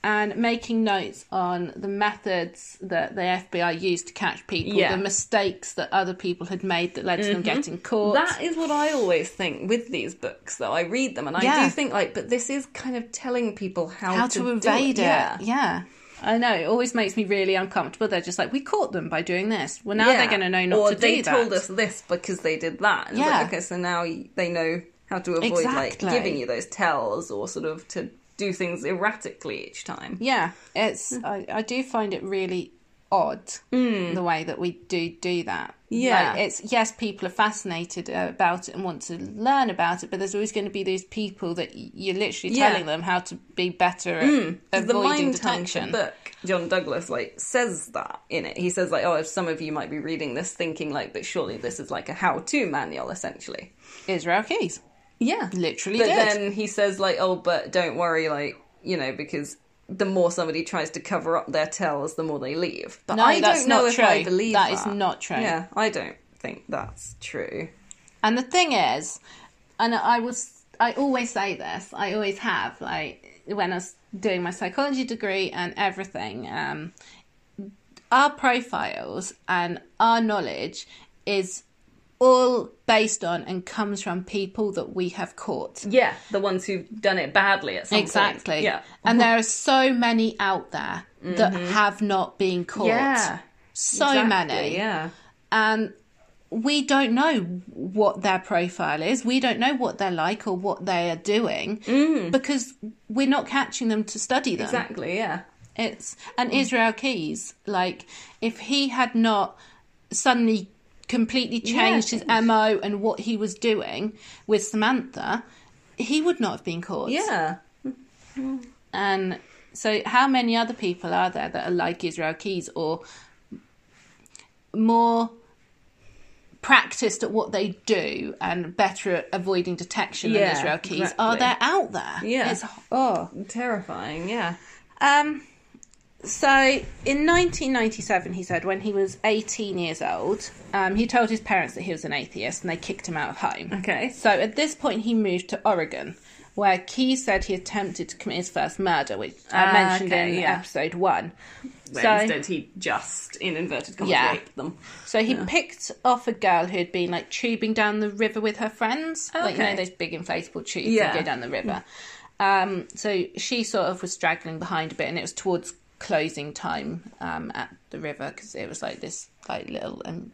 A: and making notes on the methods that the FBI used to catch people,
B: Yeah. Mm-hmm.
A: the mistakes that other people had made that led to them getting caught.
B: That is what I always think with these books, though. I read them and I
A: Yeah.
B: do think, like, but this is kind of telling people how,
A: how to,
B: do
A: evade it.
B: Yeah.
A: Yeah. I know, it always makes me really uncomfortable. They're just like, we caught them by doing this. Well, now they're
B: Yeah.
A: going to know not
B: or
A: to do
B: they
A: that.
B: told us this because they did that. And it's
A: Yeah.
B: Like, okay, so now y- they know how to avoid,
A: Exactly.
B: like, giving you those tells or sort of to do things erratically each time.
A: Yeah, it's.
B: Hmm.
A: I, I do find it really odd the way that we do do that.
B: Yeah.
A: Like, it's yes, people are fascinated uh, about it and want to learn about it, but there's always going to be those people that y- you're literally
B: Yeah. Hmm.
A: telling them how to be better at
B: the
A: avoiding
B: mind hunter
A: detection.
B: book john douglas like says that in it he says like oh if some of you might be reading this thinking like but surely this is like a how-to manual essentially
A: Israel Keys
B: yeah
A: literally
B: but
A: did.
B: then he says like oh but don't worry like you know because the more somebody tries to cover up their tells the more they leave but
A: No,
B: i
A: that's
B: don't know
A: not
B: if i
A: true.
B: believe
A: That is not true.
B: yeah i don't think that's true
A: And the thing is, and I was, I always say this, I always have, like when I was doing my psychology degree and everything, um, our profiles and our knowledge is all based on and comes from people that we have caught.
B: Yeah, the ones who've done it badly at some point.
A: Exactly.
B: Yeah. Mm-hmm.
A: And there are so many out there that have not been caught.
B: Yeah,
A: So
B: Exactly,
A: many.
B: Yeah.
A: And Um, we don't know what their profile is. We don't know what they're like or what they are doing because we're not catching them to study them.
B: Exactly. Yeah.
A: It's and Israel Keys, like if he had not suddenly completely changed his MO and what he was doing with Samantha, he would not have been caught.
B: Yeah.
A: And Um, so how many other people are there that are like Israel Keys or more practiced at what they do and better at avoiding detection
B: Yeah,
A: than Israel Keys are
B: exactly.
A: there out there?
B: Yeah.
A: It's oh
B: Terrifying. Yeah.
A: um, so in 1997, he said when he was 18 years old, um, he told his parents that he was an atheist, and they kicked him out of home.
B: Okay.
A: So at this point, he moved to Oregon, where Key said he attempted to commit his first murder, which I
B: Ah,
A: mentioned
B: okay,
A: in
B: yeah.
A: episode one.
B: But
A: So-
B: instead, he just in inverted commas
A: Yeah.
B: raped them.
A: So he picked off a girl who had been like tubing down the river with her friends. Like, you know,
B: Oh, Okay.
A: those big inflatable tubes
B: Yeah.
A: that go down the river. Um, so she sort of was straggling behind a bit, and it was towards closing time um, at the river because it was like this like little um,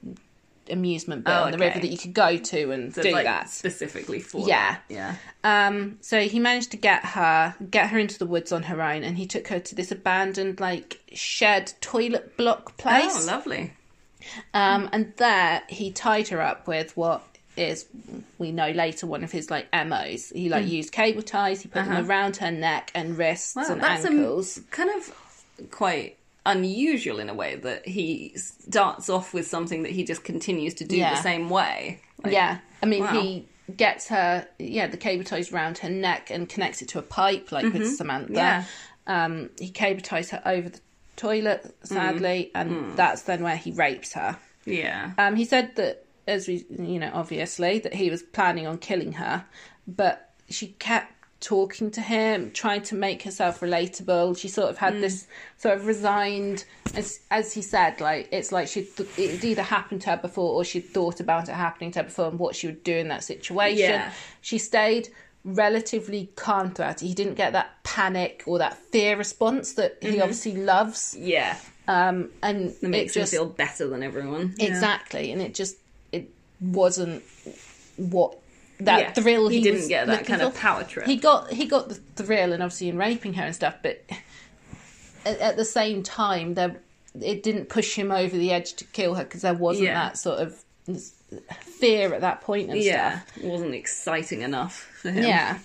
A: amusement bit
B: Oh,
A: on the
B: okay.
A: river that you could go to and
B: So,
A: do
B: like,
A: that.
B: specifically for
A: Yeah.
B: that. Yeah.
A: Um, so he managed to get her, get her into the woods on her own, and he took her to this abandoned like shed toilet block place.
B: Oh, lovely.
A: Um, and there he tied her up with what is we know later one of his like MOs. He like used cable ties, he put them around her neck and wrists
B: Hmm. Uh-huh. Wow,
A: and
B: that's
A: oh, ankles.
B: um, kind of quite unusual in a way that he starts off with something that he just continues to do
A: Yeah.
B: the same way. Like,
A: yeah. I mean
B: wow.
A: he gets her yeah, the cable ties around her neck and connects it to a pipe like with Samantha.
B: Mm-hmm. Yeah.
A: Um he cable ties her over the toilet, sadly,
B: Mm-hmm.
A: and
B: Mm.
A: that's then where he rapes her.
B: Yeah.
A: Um, he said that, as we, you know, obviously, that he was planning on killing her, but she kept talking to him, trying to make herself relatable. She sort of had
B: Hmm.
A: this sort of resigned, as as he said, like it's like she th- it either happened to her before or she'd thought about it happening to her before and what she would do in that situation.
B: Yeah.
A: She stayed relatively calm throughout it. He didn't get that panic or that fear response that he obviously loves.
B: yeah.
A: Um, and
B: Mm-hmm. That makes
A: it just
B: him feel better than everyone.
A: Exactly, and it just it wasn't what that
B: Yeah,
A: thrill he,
B: he didn't
A: was
B: get that
A: looking
B: kind of
A: for.
B: power trip.
A: He got he got the thrill, and obviously in raping her and stuff, but at, at the same time, there it didn't push him over the edge to kill her because there wasn't
B: Yeah.
A: that sort of fear at that point and
B: Yeah.
A: stuff.
B: Wasn't exciting enough for him.
A: Yeah.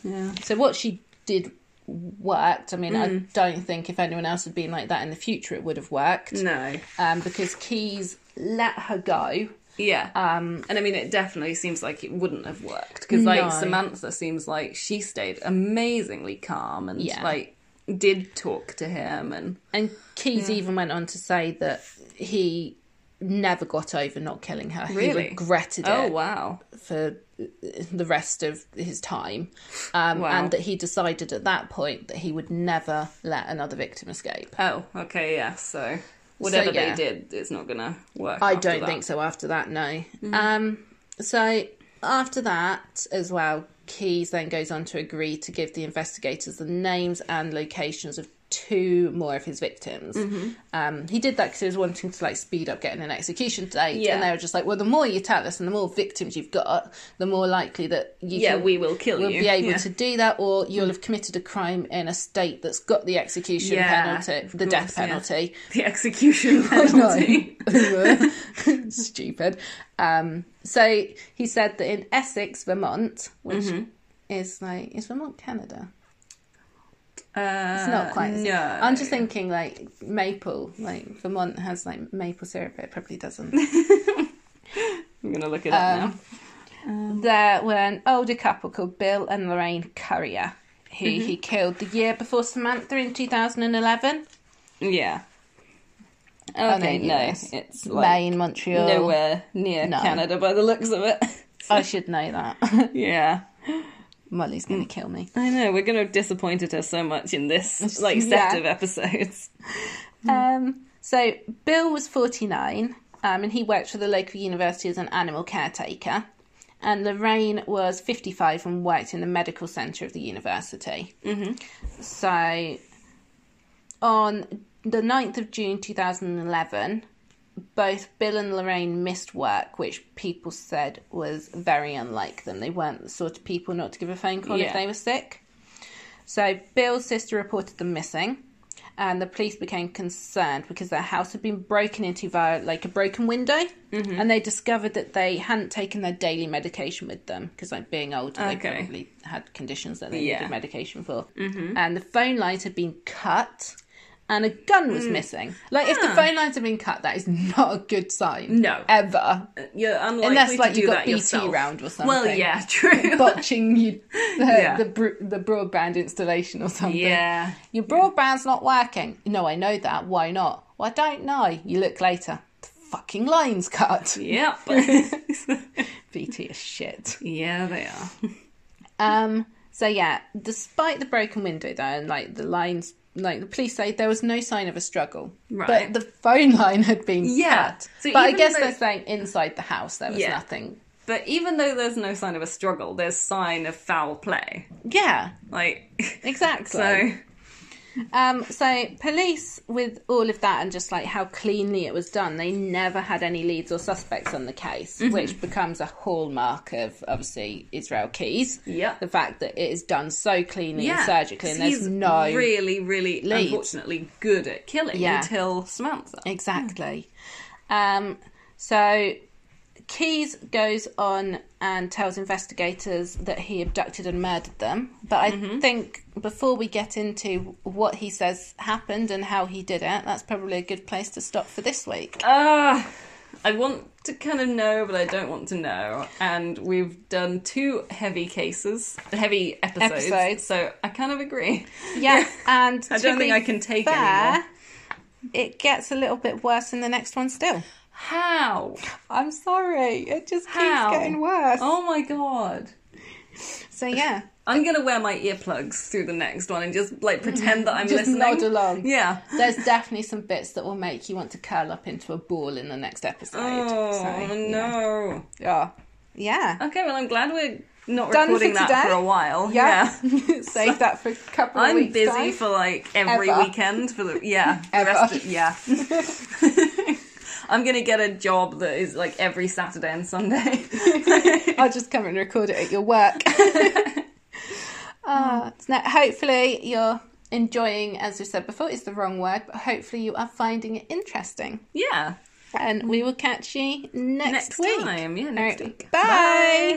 A: So what she did worked. I mean, I
B: Mm.
A: don't think if anyone else had been like that in the future, it would have worked.
B: No.
A: Um, because Keys let her go.
B: Yeah. Um, and I mean, it definitely seems like it wouldn't have worked because,
A: No.
B: like, Samantha seems like she stayed amazingly calm and,
A: Yeah.
B: like, did talk to him and
A: And Keys even went on to say that he never got over not killing her.
B: Really?
A: He regretted
B: oh
A: it
B: wow
A: for the rest of his time. Um,
B: Wow.
A: And that he decided at that point that he would never let another victim escape.
B: oh okay yeah so whatever
A: yeah.
B: they did it's not gonna work
A: I
B: after
A: don't
B: that. Mm-hmm.
A: think so after that, no. Um, so after that, as well, Keys then goes on to agree to give the investigators the names and locations of two more of his victims.
B: Mm-hmm.
A: Um, he did that because he was wanting to like speed up getting an execution date,
B: Yeah.
A: and they were just like, "Well, the more you tell us and the more victims you've got, the more likely that you
B: yeah
A: can-
B: we will kill
A: will
B: you
A: be able
B: Yeah. Mm.
A: to do that, or you'll have committed a crime in a state that's got the execution
B: Yeah,
A: penalty,
B: of
A: the death
B: course, yeah.
A: penalty."
B: [laughs]
A: [laughs]
B: the execution penalty
A: No. Stupid. Um, so he said that in Essex, Vermont, which is like, is Vermont Canada?
B: uh,
A: It's not quite.
B: no
A: I'm just thinking like maple. Like Vermont has like maple syrup, but it probably doesn't.
B: I'm gonna look it up
A: Um,
B: now
A: [laughs] there were an older couple called Bill and Lorraine Currier, who he killed the year before Samantha in 2011.
B: yeah
A: no,
B: okay no
A: yes.
B: it's
A: May
B: like
A: in Montreal.
B: nowhere near
A: No.
B: Canada by the looks of it [laughs]
A: I should know that. [laughs]
B: yeah.
A: Molly's going to kill me.
B: I know, we're going to have disappointed her so much in [laughs] this like set
A: Yeah.
B: of episodes.
A: Um, so Bill was 49, um, and he worked for the local university as an animal caretaker. And Lorraine was 55 and worked in the medical centre of the university. Mm-hmm. So on the 9th of June 2011, both Bill and Lorraine missed work, which people said was very unlike them. They weren't the sort of people not to give a phone call
B: Yeah.
A: if they were sick. So Bill's sister reported them missing, and the police became concerned because their house had been broken into via like a broken window,
B: Mm-hmm.
A: and they discovered that they hadn't taken their daily medication with them because, like being old, they
B: Okay.
A: probably had conditions that they
B: Yeah. Mm-hmm.
A: needed medication for. And the phone lines had been cut. And a gun
B: Mm.
A: was missing. Like, if the phone lines have been cut, that is not a good sign.
B: No. [laughs]
A: Ever.
B: Uh, You're unlikely
A: Unless,
B: to
A: like,
B: do
A: you got
B: that
A: BT
B: yourself.
A: round or
B: Well,
A: something.
B: yeah, [laughs] true.
A: Botching you, the,
B: Yeah.
A: the, br- the broadband installation or something.
B: yeah.
A: Your broadband's not working. No, I know that. Why not? Well, I don't know. You look later. The fucking line's cut. [laughs]
B: [laughs] Yep.
A: BT is shit.
B: yeah, they are.
A: Um. So yeah, despite the broken window though, and like the lines, like the police say there was no sign of a struggle.
B: Right.
A: But the phone line had been
B: Yeah.
A: cut.
B: So
A: but I
B: even
A: guess
B: though-
A: they're saying inside the house there was
B: Yeah.
A: nothing.
B: But even though there's no sign of a struggle, there's sign of foul play.
A: Yeah.
B: Like, [laughs]
A: Exactly.
B: so
A: Um, so police, with all of that and just like how cleanly it was done, they never had any leads or suspects on the case,
B: Mm-hmm.
A: which becomes a hallmark of obviously Israel Keys.
B: Yep.
A: the fact that it is done so cleanly
B: yeah,
A: and surgically, and
B: he's
A: there's no
B: really, really,
A: leads.
B: unfortunately, good at killing
A: Yeah.
B: until Samantha.
A: Hmm. exactly. Um, so Keys goes on and tells investigators that he abducted and murdered them, but I think before we get into what he says happened and how he did it, that's probably a good place to stop for this week.
B: Ah, I want to kind of know, but I don't want to know. And we've done two heavy cases, heavy episodes.
A: Episodes.
B: So I kind of agree.
A: [laughs] Yeah, and
B: I
A: to
B: don't
A: be
B: think I can take anymore.
A: It gets a little bit worse in the next one still.
B: How?
A: I'm sorry, it just
B: How?
A: keeps getting worse.
B: Oh my god.
A: So yeah,
B: I'm gonna wear my earplugs through the next one and just like pretend that I'm
A: [laughs] Just
B: listening.
A: nod along.
B: Yeah.
A: there's definitely some bits that will make you want to curl up into a ball in the next episode.
B: Oh
A: so, yeah.
B: no. Oh,
A: Yeah. Yeah.
B: Okay, well I'm glad we're not
A: Done for
B: recording that
A: today?
B: for a while.
A: Yeah.
B: yeah.
A: [laughs] Save that for a couple of
B: I'm
A: weeks.
B: busy
A: time.
B: for like every
A: Ever.
B: weekend for the
A: [laughs]
B: yeah the
A: Ever.
B: rest of- yeah.
A: [laughs]
B: [laughs] I'm gonna get a job that is like every Saturday and Sunday. [laughs]
A: I'll just come and record it at your work. [laughs] uh, now, hopefully, you're enjoying, as we said before, it's the wrong word, but hopefully, you are finding it interesting.
B: yeah,
A: And we will catch you next,
B: next
A: week.
B: time. Yeah,
A: All right,
B: next week.
A: Bye.